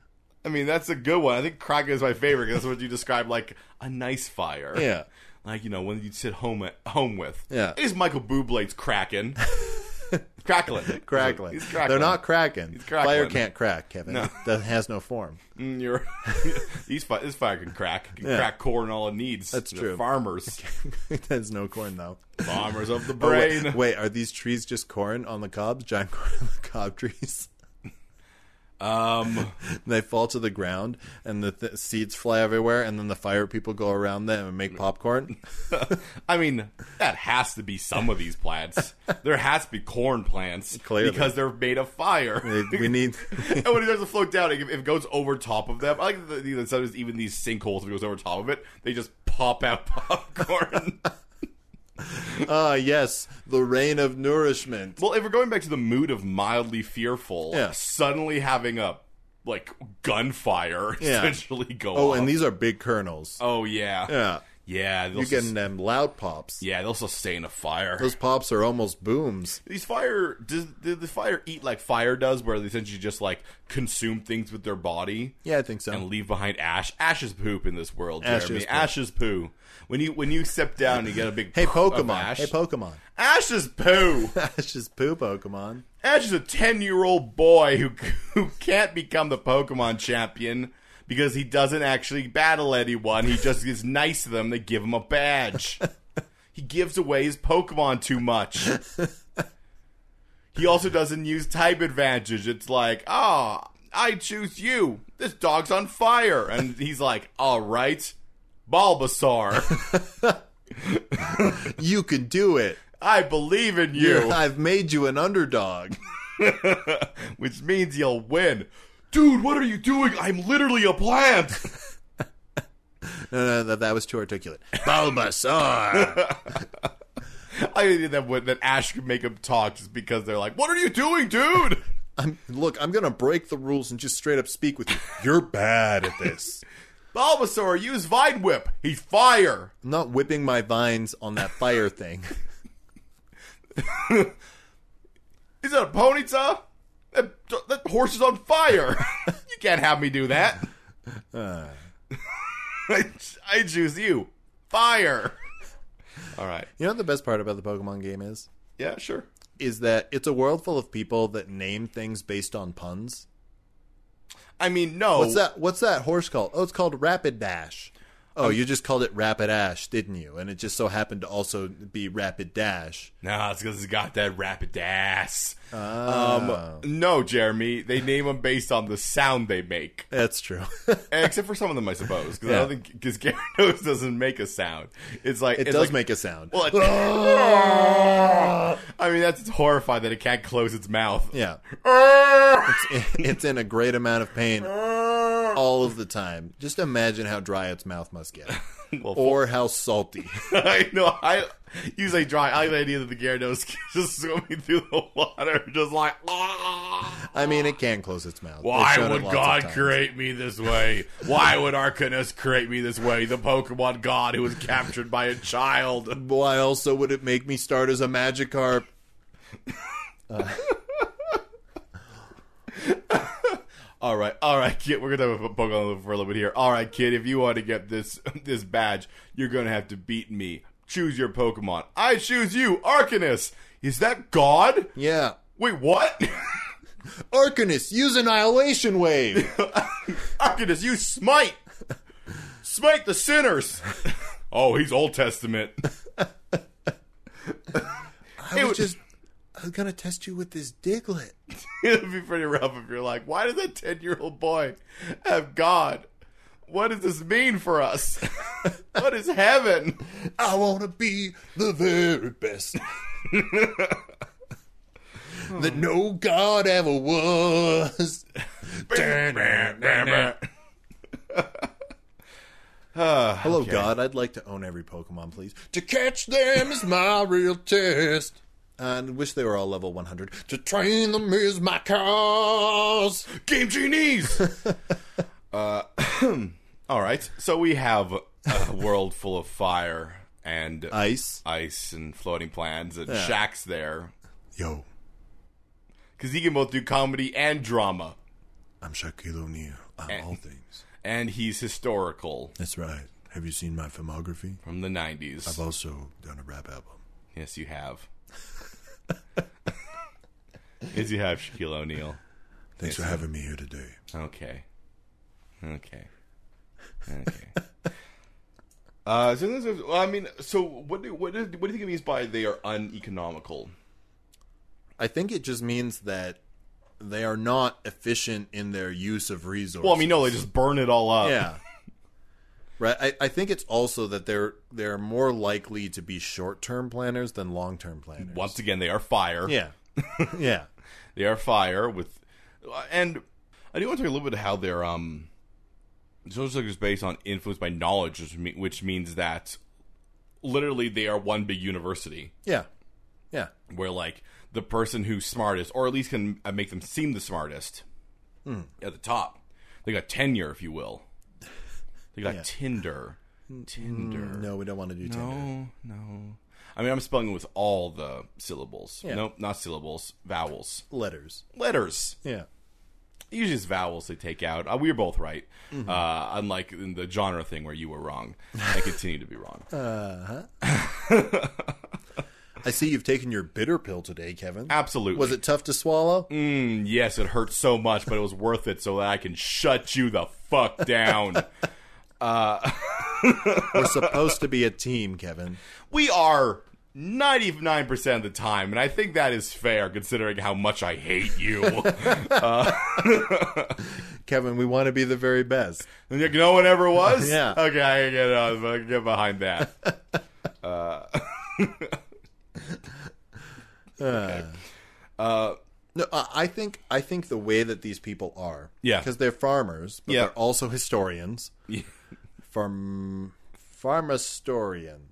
Speaker 2: I mean, that's a good one. I think crackling is my favorite because that's what you describe like a nice fire.
Speaker 1: Yeah.
Speaker 2: like you know when you sit home at home with.
Speaker 1: Yeah.
Speaker 2: is Michael Bublé's cracking, crackling,
Speaker 1: Crackling.
Speaker 2: He's crackling.
Speaker 1: They're not cracking.
Speaker 2: crackling.
Speaker 1: Fire can't crack, Kevin. That has no form.
Speaker 2: Mm, you're, he's fi- this fire can crack, can
Speaker 1: Yeah.
Speaker 2: crack corn all it needs.
Speaker 1: That's
Speaker 2: They're
Speaker 1: true.
Speaker 2: Farmers,
Speaker 1: There's no corn, though.
Speaker 2: farmers of the
Speaker 1: Oh,
Speaker 2: brain.
Speaker 1: wait, wait, are these trees just corn on the cobs? Giant corn on the cob trees?
Speaker 2: Um,
Speaker 1: And they fall to the ground, and the th- seeds fly everywhere, and then the fire people go around them and make popcorn.
Speaker 2: I mean that has to be some of these plants. there has to be corn plants
Speaker 1: Clearly.
Speaker 2: because they're made of fire.
Speaker 1: They- we need.
Speaker 2: and when it doesn't float down, if if it goes over top of them, I like that the- sometimes even these sinkholes, if it goes over top of it, they just pop out popcorn.
Speaker 1: Ah, yes, the rain of nourishment.
Speaker 2: well, if we're going back to the mood of mildly fearful,
Speaker 1: Yeah.
Speaker 2: suddenly having a like gunfire
Speaker 1: Yeah.
Speaker 2: essentially go.
Speaker 1: Oh,
Speaker 2: off.
Speaker 1: and these are big kernels.
Speaker 2: Oh yeah,
Speaker 1: Yeah,
Speaker 2: yeah. They'll
Speaker 1: you're
Speaker 2: sus-
Speaker 1: getting them loud pops.
Speaker 2: yeah, they'll sustain a fire.
Speaker 1: Those pops are almost booms.
Speaker 2: These fire does, did the fire eat like fire does, where they essentially just like consume things with their body.
Speaker 1: Yeah, I think so.
Speaker 2: and leave behind ash. Ash is poop in this world,
Speaker 1: Ash
Speaker 2: Jeremy.
Speaker 1: is poop.
Speaker 2: Ash is poo. When you when you step down, you get a big
Speaker 1: hey,
Speaker 2: of
Speaker 1: Pokemon.
Speaker 2: Ash.
Speaker 1: Hey, Pokemon.
Speaker 2: ash is poo.
Speaker 1: That's just poo, Pokemon.
Speaker 2: ash is a ten year old boy who who can't become the Pokemon champion because he doesn't actually battle anyone. He just is nice to them. They give him a badge. he gives away his Pokemon too much. He also doesn't use type advantage. It's like, ah, I choose you. This dog's on fire. And he's like, all right, Bulbasaur,
Speaker 1: You can do it.
Speaker 2: I believe in you,
Speaker 1: I've made you an underdog.
Speaker 2: which means you'll win. Dude, what are you doing? I'm literally a plant.
Speaker 1: No, no, that, that was too articulate. Bulbasaur.
Speaker 2: I think that would- that Ash could make him talk just because they're like, what are you doing, dude?
Speaker 1: I'm, look, I'm gonna break the rules and just straight up speak with you. You're bad at this.
Speaker 2: Bulbasaur, use Vine Whip. He's fire.
Speaker 1: I'm not whipping my vines on that fire thing.
Speaker 2: Is that a ponyta? That, that horse is on fire. you can't have me do that. I, I choose you. Fire. All right.
Speaker 1: You know what the best part about the Pokemon game is?
Speaker 2: Yeah, sure.
Speaker 1: Is that it's a world full of people that name things based on puns.
Speaker 2: I mean, no.
Speaker 1: What's that? What's that horse called? Oh, it's called Oh, Rapid Dash. Oh, you just called it Rapid Ash, didn't you? And it just so happened to also be Rapid Dash.
Speaker 2: Nah, it's because it's got that rapid ass. Um, no, Jeremy. They name them based on the sound they make,
Speaker 1: That's true.
Speaker 2: Eh, except for some of them, I suppose. Because I
Speaker 1: Yeah.
Speaker 2: don't think because Gyarados doesn't make a sound. It's like
Speaker 1: It
Speaker 2: it's
Speaker 1: does
Speaker 2: like,
Speaker 1: make a sound.
Speaker 2: Well, it- I mean, that's horrified that it can't close its mouth.
Speaker 1: yeah. it's in a great amount of pain all of the time. Just imagine how dry its mouth must get.
Speaker 2: Well,
Speaker 1: or how salty.
Speaker 2: I know. I you say dry. I like the idea that the Gyarados just swimming through the water, just like. "Ah,
Speaker 1: I mean, it can close its mouth. They've
Speaker 2: Why
Speaker 1: shown it
Speaker 2: would
Speaker 1: lots of
Speaker 2: God
Speaker 1: times.
Speaker 2: create me this way? Why would Arcanus create me this way? The Pokemon God who was captured by a child.
Speaker 1: Why also would it make me start as a Magikarp?
Speaker 2: All right, all right, kid. We're gonna have a Pokemon loop for a little bit here. All right, kid. If you want to get this this badge, you're gonna have to beat me. Choose your Pokemon. I choose you, Arcanus. Is that God?
Speaker 1: Yeah.
Speaker 2: Wait, what?
Speaker 1: Arcanus, use Annihilation Wave!
Speaker 2: Arcanus, you smite, smite the sinners. oh, he's Old Testament.
Speaker 1: I
Speaker 2: was-
Speaker 1: was just. I'm gonna test you with this diglet.
Speaker 2: It'd be pretty rough if you're like, why does that 10 year old boy have God? What does this mean for us? what is heaven?
Speaker 1: I wanna be the very best. that no god ever was. Hello, God. I'd like to own every Pokemon, please. To catch them is my real test. And wish they were all level 100. To train them is my cause.
Speaker 2: Game genies! uh, all right, so we have a world full of fire and
Speaker 1: Ice.
Speaker 2: ice and floating plants and shacks there.
Speaker 3: Yo,
Speaker 2: Because he can both do comedy and drama,
Speaker 3: I'm Shaquille O'Neal. I'm
Speaker 2: Eh.
Speaker 3: all things.
Speaker 2: and he's historical
Speaker 3: That's right. Have you seen my filmography?
Speaker 2: from the 90s.
Speaker 3: I've also done a rap album.
Speaker 2: Yes, you have. yes, you have, Shaquille O'Neal.
Speaker 3: Thanks for having me here today.
Speaker 2: Okay. Okay. Okay. Uh, so this is, well, I mean, so what do what do, what do you think it means by they are uneconomical?
Speaker 1: I think it just means that they are not efficient in their use of resources.
Speaker 2: Well, I mean, no, they just burn it all up.
Speaker 1: Yeah. Right. I, I think it's also that they're they're more likely to be short term planners than long term planners.
Speaker 2: Once again, they are fire.
Speaker 1: Yeah. yeah.
Speaker 2: They are fire with, and I do want to talk a little bit how they're um, social circles based on influence by knowledge, which, me- which means that literally they are one big university.
Speaker 1: Yeah. Yeah.
Speaker 2: where like the person who's smartest, or at least can uh, make them seem the smartest,
Speaker 1: Hmm.
Speaker 2: at the top. They got tenure, if you will. They got Tinder. Tinder.
Speaker 1: Hmm. No, we don't want to do Tinder.
Speaker 2: no, no. I mean, I'm spelling it with all the syllables.
Speaker 1: Yeah.
Speaker 2: Nope, not syllables, vowels,
Speaker 1: Letters.
Speaker 2: letters.
Speaker 1: Yeah.
Speaker 2: Usually it's vowels they take out. Uh, we were both right,
Speaker 1: Mm-hmm.
Speaker 2: uh, unlike in the genre thing where you were wrong. I continue to be wrong.
Speaker 1: Uh, I see you've taken your bitter pill today, Kevin.
Speaker 2: Absolutely. Mm.
Speaker 1: Was it tough to swallow?
Speaker 2: Yes, it hurt so much, but it was worth it so that I can shut you the fuck down.
Speaker 1: We're supposed to be a team, Kevin.
Speaker 2: we are 99% of the time, and I think that is fair considering how much I hate you.
Speaker 1: Kevin, we want to be the very best.
Speaker 2: Like, no one ever was?
Speaker 1: Yeah.
Speaker 2: Okay, I can get, uh, I can get behind that. Uh, okay. Uh,
Speaker 1: No, I I think I think the way that these people are,
Speaker 2: Yeah.
Speaker 1: because they're farmers, but
Speaker 2: Yeah.
Speaker 1: they're also historians.
Speaker 2: Yeah.
Speaker 1: Farm, farmastorian,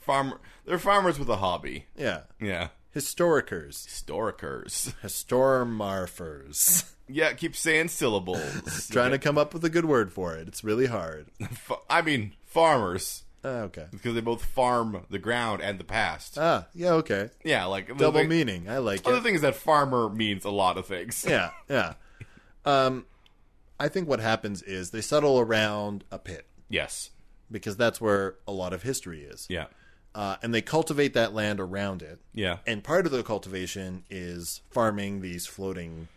Speaker 2: farm, they're farmers with a hobby.
Speaker 1: yeah,
Speaker 2: Yeah.
Speaker 1: historikers,
Speaker 2: Historikers.
Speaker 1: historimarfers.
Speaker 2: Yeah, keep saying syllables.
Speaker 1: Trying to come up with a good word for it. It's really hard.
Speaker 2: Fa- I mean, farmers.
Speaker 1: Ah, okay.
Speaker 2: Because they both farm the ground and the past.
Speaker 1: Ah, yeah, okay.
Speaker 2: yeah, like
Speaker 1: Double
Speaker 2: like-
Speaker 1: meaning. I like
Speaker 2: Other
Speaker 1: it.
Speaker 2: thing is that farmer means a lot of things.
Speaker 1: Yeah, yeah. Um, I think what happens is they settle around a pit
Speaker 2: Yes.
Speaker 1: because that's where a lot of history is,
Speaker 2: Yeah.
Speaker 1: uh, and they cultivate that land around it.
Speaker 2: Yeah.
Speaker 1: and part of the cultivation is farming these floating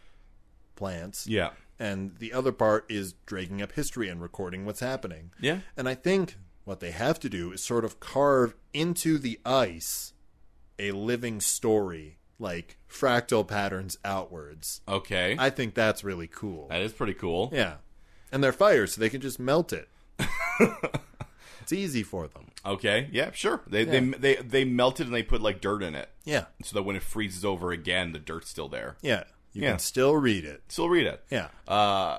Speaker 1: plants
Speaker 2: Yeah.
Speaker 1: and the other part is dragging up history and recording what's happening
Speaker 2: Yeah.
Speaker 1: and i think What they have to do is sort of carve into the ice a living story, like fractal patterns outwards.
Speaker 2: Okay.
Speaker 1: I think that's really cool.
Speaker 2: that is pretty cool.
Speaker 1: Yeah. And they're fire, so they can just melt it. it's easy for them.
Speaker 2: Okay. Yeah, sure. They, they they they melted and they put like dirt in it.
Speaker 1: Yeah.
Speaker 2: So that when it freezes over again, the dirt's still there.
Speaker 1: Yeah. You
Speaker 2: Yeah.
Speaker 1: can still read it.
Speaker 2: Still read it.
Speaker 1: Yeah.
Speaker 2: Uh,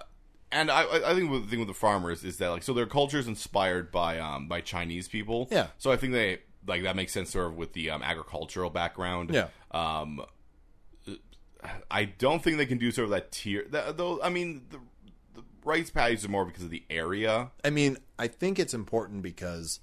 Speaker 2: and I, I I think the thing with the farmers is that like so their culture is inspired by um by Chinese people.
Speaker 1: Yeah.
Speaker 2: So I think they like that makes sense sort of with the um, agricultural background.
Speaker 1: Yeah.
Speaker 2: Um, I don't think they can do sort of that tier that, though. I mean, the, the rice patties are more because of the area.
Speaker 1: I mean, I think it's important because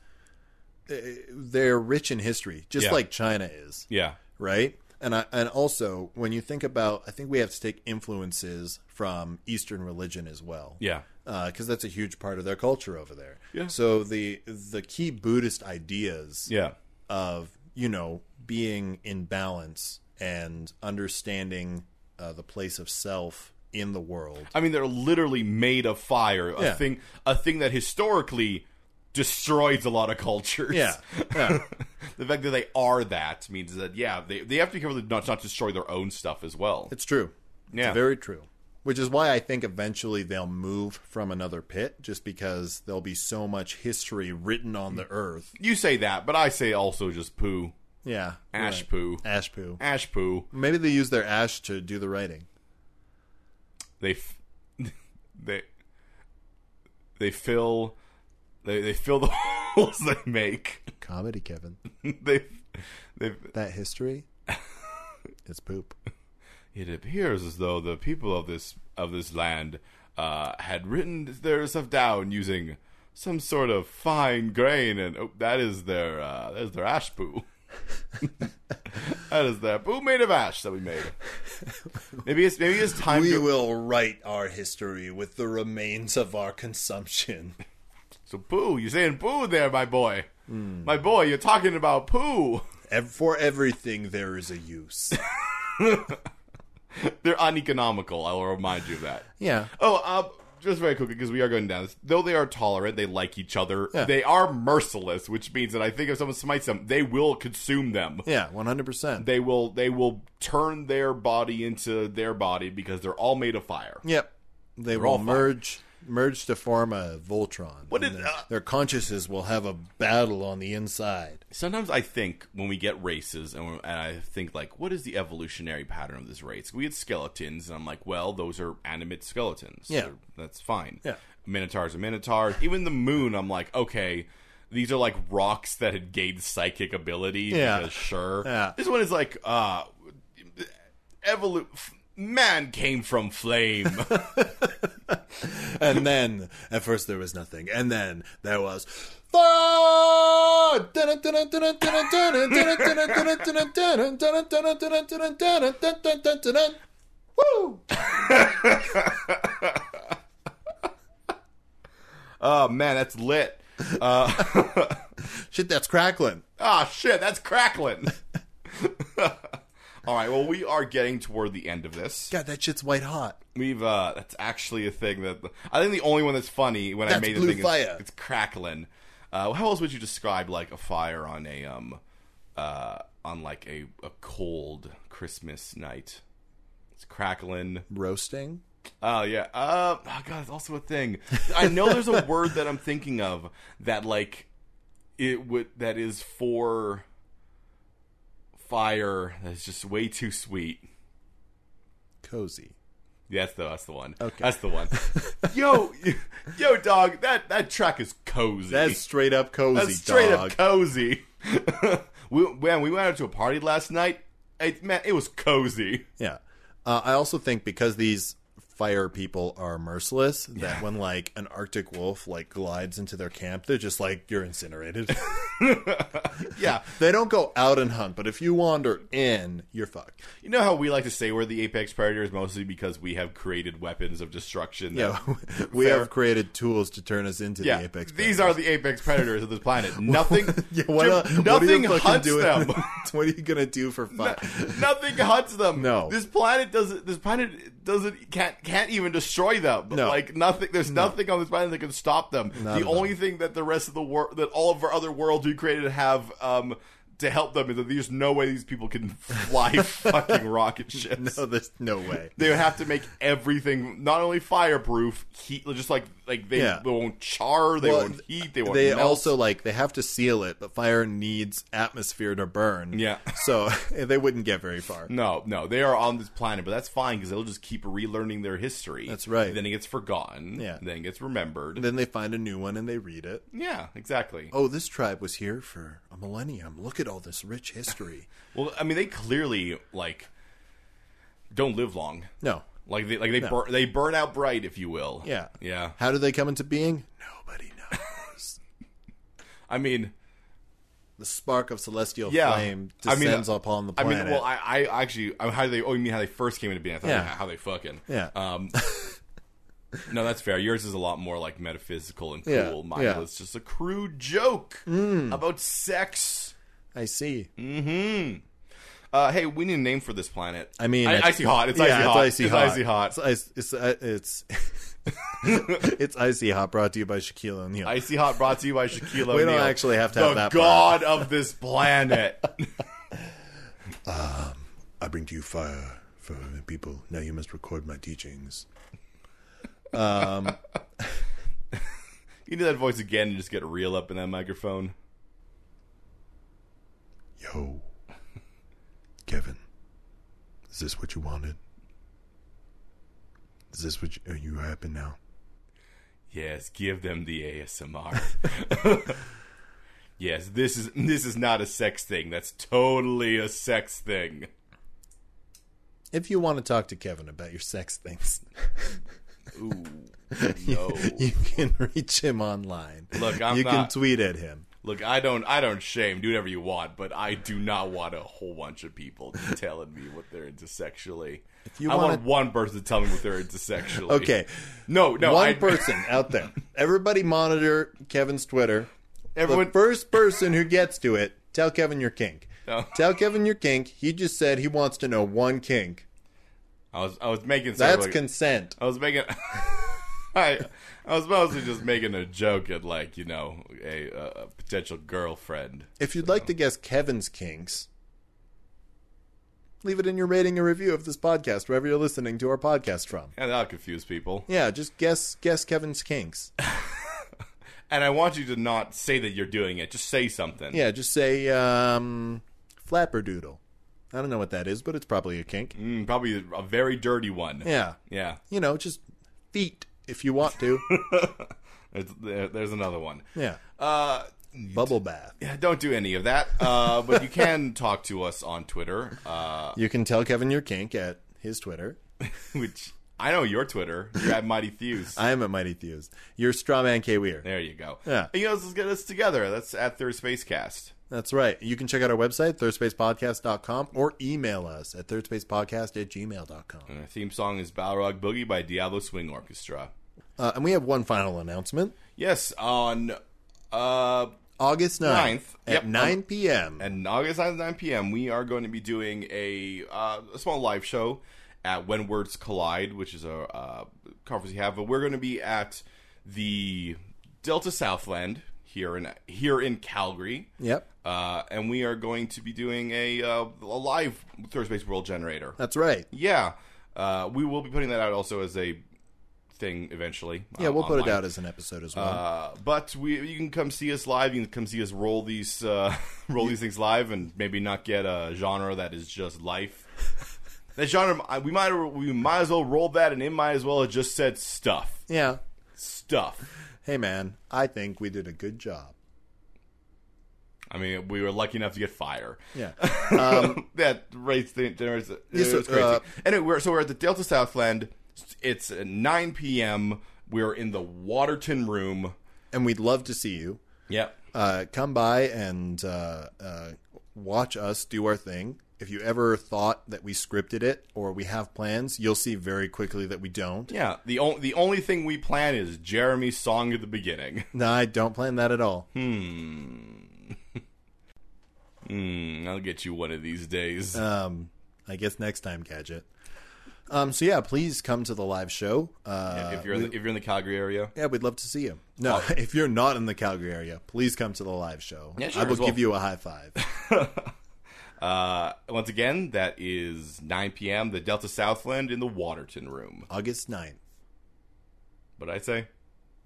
Speaker 1: uh, they're rich in history, just
Speaker 2: Yeah.
Speaker 1: like China is.
Speaker 2: Yeah.
Speaker 1: right? And I, and also when you think about, I think we have to take influences from Eastern religion as well,
Speaker 2: Yeah.
Speaker 1: because that's a huge part of their culture over there.
Speaker 2: Yeah.
Speaker 1: So the the key Buddhist ideas
Speaker 2: Yeah.
Speaker 1: of you know being in balance and understanding uh, the place of self in the world.
Speaker 2: I mean, they're literally made of fire. A
Speaker 1: Yeah.
Speaker 2: thing, a thing that historically destroys a lot of cultures.
Speaker 1: Yeah, yeah,
Speaker 2: the fact that they are that means that yeah, they, they have to be careful to not not destroy their own stuff as well.
Speaker 1: it's true.
Speaker 2: Yeah.
Speaker 1: It's very true. Which is why I think eventually they'll move from another pit, just because there'll be so much history written on the earth
Speaker 2: you say that, but I say also just poo,
Speaker 1: Yeah.
Speaker 2: ash
Speaker 1: right.
Speaker 2: poo,
Speaker 1: Ash poo.
Speaker 2: ash poo.
Speaker 1: Maybe they use their ash to do the writing.
Speaker 2: They f- they they fill they they fill the holes they make.
Speaker 1: Comedy, Kevin.
Speaker 2: they they
Speaker 1: That history. it's poop.
Speaker 2: It appears as though the people of this of this land uh, had written their stuff down using some sort of fine grain, and oh, that is their uh, that is their ash poo. that is their poo made of ash that we made. Maybe it's maybe it's time
Speaker 1: We
Speaker 2: to
Speaker 1: will write our history with the remains of our consumption.
Speaker 2: so poo. You're saying poo there, my boy, my boy. You're talking about poo.
Speaker 1: Ev- For everything, there is a use.
Speaker 2: They're uneconomical. I will remind you of that.
Speaker 1: yeah.
Speaker 2: Oh, uh, just very quickly because we are going down. this. Though they are tolerant, they like each other.
Speaker 1: Yeah.
Speaker 2: They are merciless, which means that I think if someone smites them, they will consume them.
Speaker 1: Yeah, 100%.
Speaker 2: They will. They will turn their body into their body because they're all made of fire.
Speaker 1: yep. They
Speaker 2: all
Speaker 1: will
Speaker 2: fine.
Speaker 1: merge merge to form a Voltron.
Speaker 2: What
Speaker 1: and
Speaker 2: did-
Speaker 1: their,
Speaker 2: uh,
Speaker 1: their consciences will have a battle on the inside.
Speaker 2: Sometimes I think when we get races, and, when- and I think like, what is the evolutionary pattern of this race? We had skeletons, and I'm like, well, those are animate skeletons.
Speaker 1: Yeah.
Speaker 2: They're- that's fine.
Speaker 1: Yeah.
Speaker 2: minotaurs are minotaurs. Even the moon, I'm like, okay, these are like rocks that had gained psychic ability.
Speaker 1: Yeah.
Speaker 2: because sure.
Speaker 1: Yeah.
Speaker 2: This one is like, uh, evolu- f- Man came from flame.
Speaker 1: And then, at first there was nothing. And then there was fire! Woo!
Speaker 2: oh man, that's lit.
Speaker 1: Shit, that's crackling.
Speaker 2: Ah, shit, that's crackling. All right, well, we are getting toward the end of this.
Speaker 1: God, that shit's white hot.
Speaker 2: We've uh that's actually a thing that I think the only one that's funny when I
Speaker 1: That's
Speaker 2: made
Speaker 1: blue
Speaker 2: the thing
Speaker 1: fire.
Speaker 2: Is, it's crackling. Uh, how else would you describe like a fire on a um uh on like a, a cold Christmas night? It's crackling.
Speaker 1: Roasting?
Speaker 2: Oh yeah. Uh, oh god, it's also a thing. I know there's a word that I'm thinking of that like it would that is for fire that's just way too sweet.
Speaker 1: Cozy.
Speaker 2: Yeah, that's the that's the one.
Speaker 1: Okay.
Speaker 2: that's the one. yo, yo, dog. That that track is cozy.
Speaker 1: That's straight up cozy,
Speaker 2: That's straight
Speaker 1: dog.
Speaker 2: up cozy. we man, we went out to a party last night. It man, it was cozy.
Speaker 1: Yeah. Uh, I also think because these fire people are merciless, that when like an Arctic wolf like glides into their camp, they're just like, you're incinerated.
Speaker 2: Yeah,
Speaker 1: they don't go out and hunt, but if you wander in, you're fucked.
Speaker 2: you know how we like to say we're the apex predators mostly because we have created weapons of destruction. that-
Speaker 1: Yeah, we
Speaker 2: Fair.
Speaker 1: have created tools to turn us into
Speaker 2: yeah.
Speaker 1: the apex.
Speaker 2: these are the apex predators of this planet. Nothing.
Speaker 1: yeah, what, uh,
Speaker 2: Dude,
Speaker 1: what are
Speaker 2: nothing
Speaker 1: you fucking
Speaker 2: hunts
Speaker 1: doing?
Speaker 2: them.
Speaker 1: what are you gonna do for fun?
Speaker 2: Nothing hunts them.
Speaker 1: No.
Speaker 2: this planet doesn't. This planet doesn't can't can't even destroy them.
Speaker 1: No.
Speaker 2: Like nothing. There's nothing on this planet that can stop them.
Speaker 1: Not
Speaker 2: the
Speaker 1: at
Speaker 2: only thing that the rest of the world, that all of our other worlds we created have um, to help them is that there's no way these people can fly fucking rocket ships.
Speaker 1: No, there's no way.
Speaker 2: They would have to make everything not only fireproof, heat, just like like they,
Speaker 1: Yeah.
Speaker 2: they won't char, they
Speaker 1: Well,
Speaker 2: won't heat, they won't.
Speaker 1: they
Speaker 2: melt.
Speaker 1: also like they have to seal it, but fire needs atmosphere to burn.
Speaker 2: Yeah.
Speaker 1: so they wouldn't get very far.
Speaker 2: No, no, they are on this planet, but that's fine because they'll just keep relearning their history.
Speaker 1: That's right.
Speaker 2: then it gets forgotten.
Speaker 1: Yeah.
Speaker 2: Then it gets remembered.
Speaker 1: And then they find a new one and they read it.
Speaker 2: yeah, exactly.
Speaker 1: Oh, this tribe was here for a millennium. Look at all this rich history.
Speaker 2: Well, I mean, they clearly like don't live long.
Speaker 1: No,
Speaker 2: Like they like they burn they burn out bright, if you will.
Speaker 1: Yeah.
Speaker 2: yeah.
Speaker 1: how did they come into being? Nobody knows.
Speaker 2: I mean,
Speaker 1: the spark of celestial
Speaker 2: yeah.
Speaker 1: flame
Speaker 2: I mean, uh,
Speaker 1: descends upon the
Speaker 2: I
Speaker 1: planet.
Speaker 2: mean, well, I, I actually I- how they oh you mean how they first came into being? I thought
Speaker 1: Yeah.
Speaker 2: how they fucking
Speaker 1: Yeah.
Speaker 2: Um, no, that's fair. Yours is a lot more like metaphysical and cool.
Speaker 1: Yeah,
Speaker 2: Mine
Speaker 1: yeah. Mm.
Speaker 2: was just a crude joke about sex.
Speaker 1: I see.
Speaker 2: Uh, hey, we need a name for this planet.
Speaker 1: I mean,
Speaker 2: I,
Speaker 1: it's-
Speaker 2: icy hot. It's icy hot.
Speaker 1: yeah, It's icy
Speaker 2: it's
Speaker 1: hot.
Speaker 2: icy hot.
Speaker 1: It's ice- It's uh, it's it's icy hot. Brought to you by Shaquille O'Neal.
Speaker 2: Icy hot. Brought to you by Shaquille O'Neal.
Speaker 1: We don't actually have to
Speaker 2: the
Speaker 1: have that
Speaker 2: god
Speaker 1: part.
Speaker 2: of this planet.
Speaker 3: I bring to you fire for the people. Now you must record my teachings.
Speaker 1: Um,
Speaker 2: you do that voice again and just get real up in that microphone.
Speaker 3: Yo, Kevin, is this what you wanted? Is this what you, are you happy now?
Speaker 2: Yes, give them the ASMR. yes, this is this is not a sex thing. That's totally a sex thing.
Speaker 1: If you want to talk to Kevin about your sex things,
Speaker 2: Ooh, no.
Speaker 1: you can reach him online.
Speaker 2: Look, I'm
Speaker 1: you
Speaker 2: not-
Speaker 1: can tweet at him.
Speaker 2: Look, I don't I don't shame. Do whatever you want, but I do not want a whole bunch of people telling me what they're into sexually.
Speaker 1: If you
Speaker 2: I want
Speaker 1: wanna-
Speaker 2: one person to tell me what they're into sexually.
Speaker 1: Okay,
Speaker 2: No, no.
Speaker 1: one
Speaker 2: I,
Speaker 1: person out there. Everybody monitor Kevin's Twitter.
Speaker 2: Everyone-
Speaker 1: the first person who gets to it, tell Kevin your kink.
Speaker 2: No.
Speaker 1: Tell Kevin your kink. He just said he wants to know one kink.
Speaker 2: I was I was making sort of
Speaker 1: That's
Speaker 2: like-
Speaker 1: consent.
Speaker 2: I was making. I, I was mostly just making a joke at like you know a, a potential girlfriend.
Speaker 1: If you'd like to guess Kevin's kinks, leave it in your rating and review of this podcast wherever you're listening to our podcast from.
Speaker 2: Yeah, that'll confuse people.
Speaker 1: Yeah, just guess guess Kevin's kinks.
Speaker 2: And I want you to not say that you're doing it. Just say something.
Speaker 1: Yeah, just say um, flapperdoodle. I don't know what that is, but it's probably a kink.
Speaker 2: Mm, probably a very dirty one.
Speaker 1: Yeah,
Speaker 2: Yeah.
Speaker 1: you know, just feet if you want to.
Speaker 2: There's, there, there's another one.
Speaker 1: yeah,
Speaker 2: Uh,
Speaker 1: bubble bath.
Speaker 2: yeah, don't do any of that. Uh, but you can talk to us on Twitter, uh,
Speaker 1: You can tell Kevin your kink at his Twitter.
Speaker 2: which I know your Twitter. You're at Mighty Thews.
Speaker 1: I am at Mighty Thews. You're Strawman K Weir.
Speaker 2: There you go.
Speaker 1: Yeah.
Speaker 2: And you know, let's get us together. That's at Third Spacecast.
Speaker 1: That's right. You can check out our website, thirdspacepodcast.com, or email us at thirdspacepodcast at gmail.com.
Speaker 2: And our theme song is Balrog Boogie by Diablo Swing Orchestra.
Speaker 1: Uh, and we have one final announcement.
Speaker 2: Yes, on uh,
Speaker 1: August 9th,
Speaker 2: Ninth.
Speaker 1: at
Speaker 2: Yep.
Speaker 1: 9 p.m.
Speaker 2: and August 9th, 9 p.m., we are going to be doing a, uh, a small live show at When Words Collide, which is a uh, conference we have. But we're going to be at the Delta Southland here in here in Calgary.
Speaker 1: yep.
Speaker 2: Uh, and we are going to be doing a, uh, a live Third Space World Generator.
Speaker 1: That's right.
Speaker 2: Yeah, uh, we will be putting that out also as a thing eventually.
Speaker 1: Yeah,
Speaker 2: uh,
Speaker 1: we'll put it
Speaker 2: online.
Speaker 1: out as an episode as well.
Speaker 2: Uh, but we, you can come see us live. You can come see us roll these uh, roll these things live, and maybe not get a genre that is just life. That genre, I- we might we might as well roll that, and it might as well have just said stuff,
Speaker 1: yeah.
Speaker 2: stuff.
Speaker 1: Hey, man, I think we did a good job.
Speaker 2: I mean, we were lucky enough to get fire.
Speaker 1: Yeah.
Speaker 2: that rates the generates.
Speaker 1: Yes,
Speaker 2: it's
Speaker 1: uh,
Speaker 2: crazy.
Speaker 1: uh,
Speaker 2: anyway, we're, so we're at the Delta Southland. It's uh, 9 p.m. We're in the Waterton room.
Speaker 1: and we'd love to see you.
Speaker 2: Yep.
Speaker 1: uh, come by and uh, uh, watch us do our thing. If you ever thought that we scripted it or we have plans, you'll see very quickly that we don't.
Speaker 2: Yeah. The only the only thing we plan is Jeremy's song at the beginning.
Speaker 1: No, I don't plan that at all.
Speaker 2: Hmm, I'll get you one of these days.
Speaker 1: Uh, Um, I guess next time, Gadget. Um, so yeah, please come to the live show. Uh,
Speaker 2: if you're in the, if you're in the Calgary area,
Speaker 1: yeah, we'd love to see you. No, if you're not in the Calgary area, please come to the live show.
Speaker 2: Yeah, sure,
Speaker 1: I will
Speaker 2: as well.
Speaker 1: give you a high five.
Speaker 2: uh, once again, that is 9 p.m. The Delta Southland in the Waterton Room.
Speaker 1: August 9th.
Speaker 2: But I say,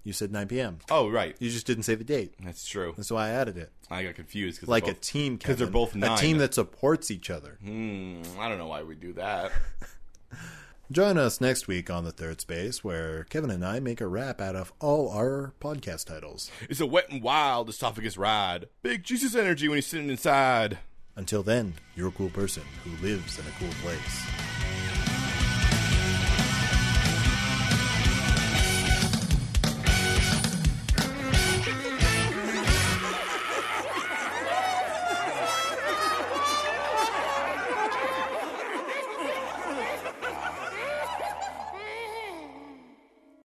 Speaker 1: You said 9 p.m.
Speaker 2: oh right,
Speaker 1: You just didn't say the date.
Speaker 2: that's true.
Speaker 1: That's why I added it.
Speaker 2: I got confused because
Speaker 1: Like a team, because
Speaker 2: they're both
Speaker 1: a
Speaker 2: nine.
Speaker 1: team that supports each other.
Speaker 2: Hmm, I don't know why we do that.
Speaker 1: Join us next week on the Third Space, where Kevin and I make a rap out of all our podcast titles.
Speaker 2: It's a wet and wild esophagus ride. Big Jesus energy when he's sitting inside.
Speaker 1: Until then, you're a cool person who lives in a cool place.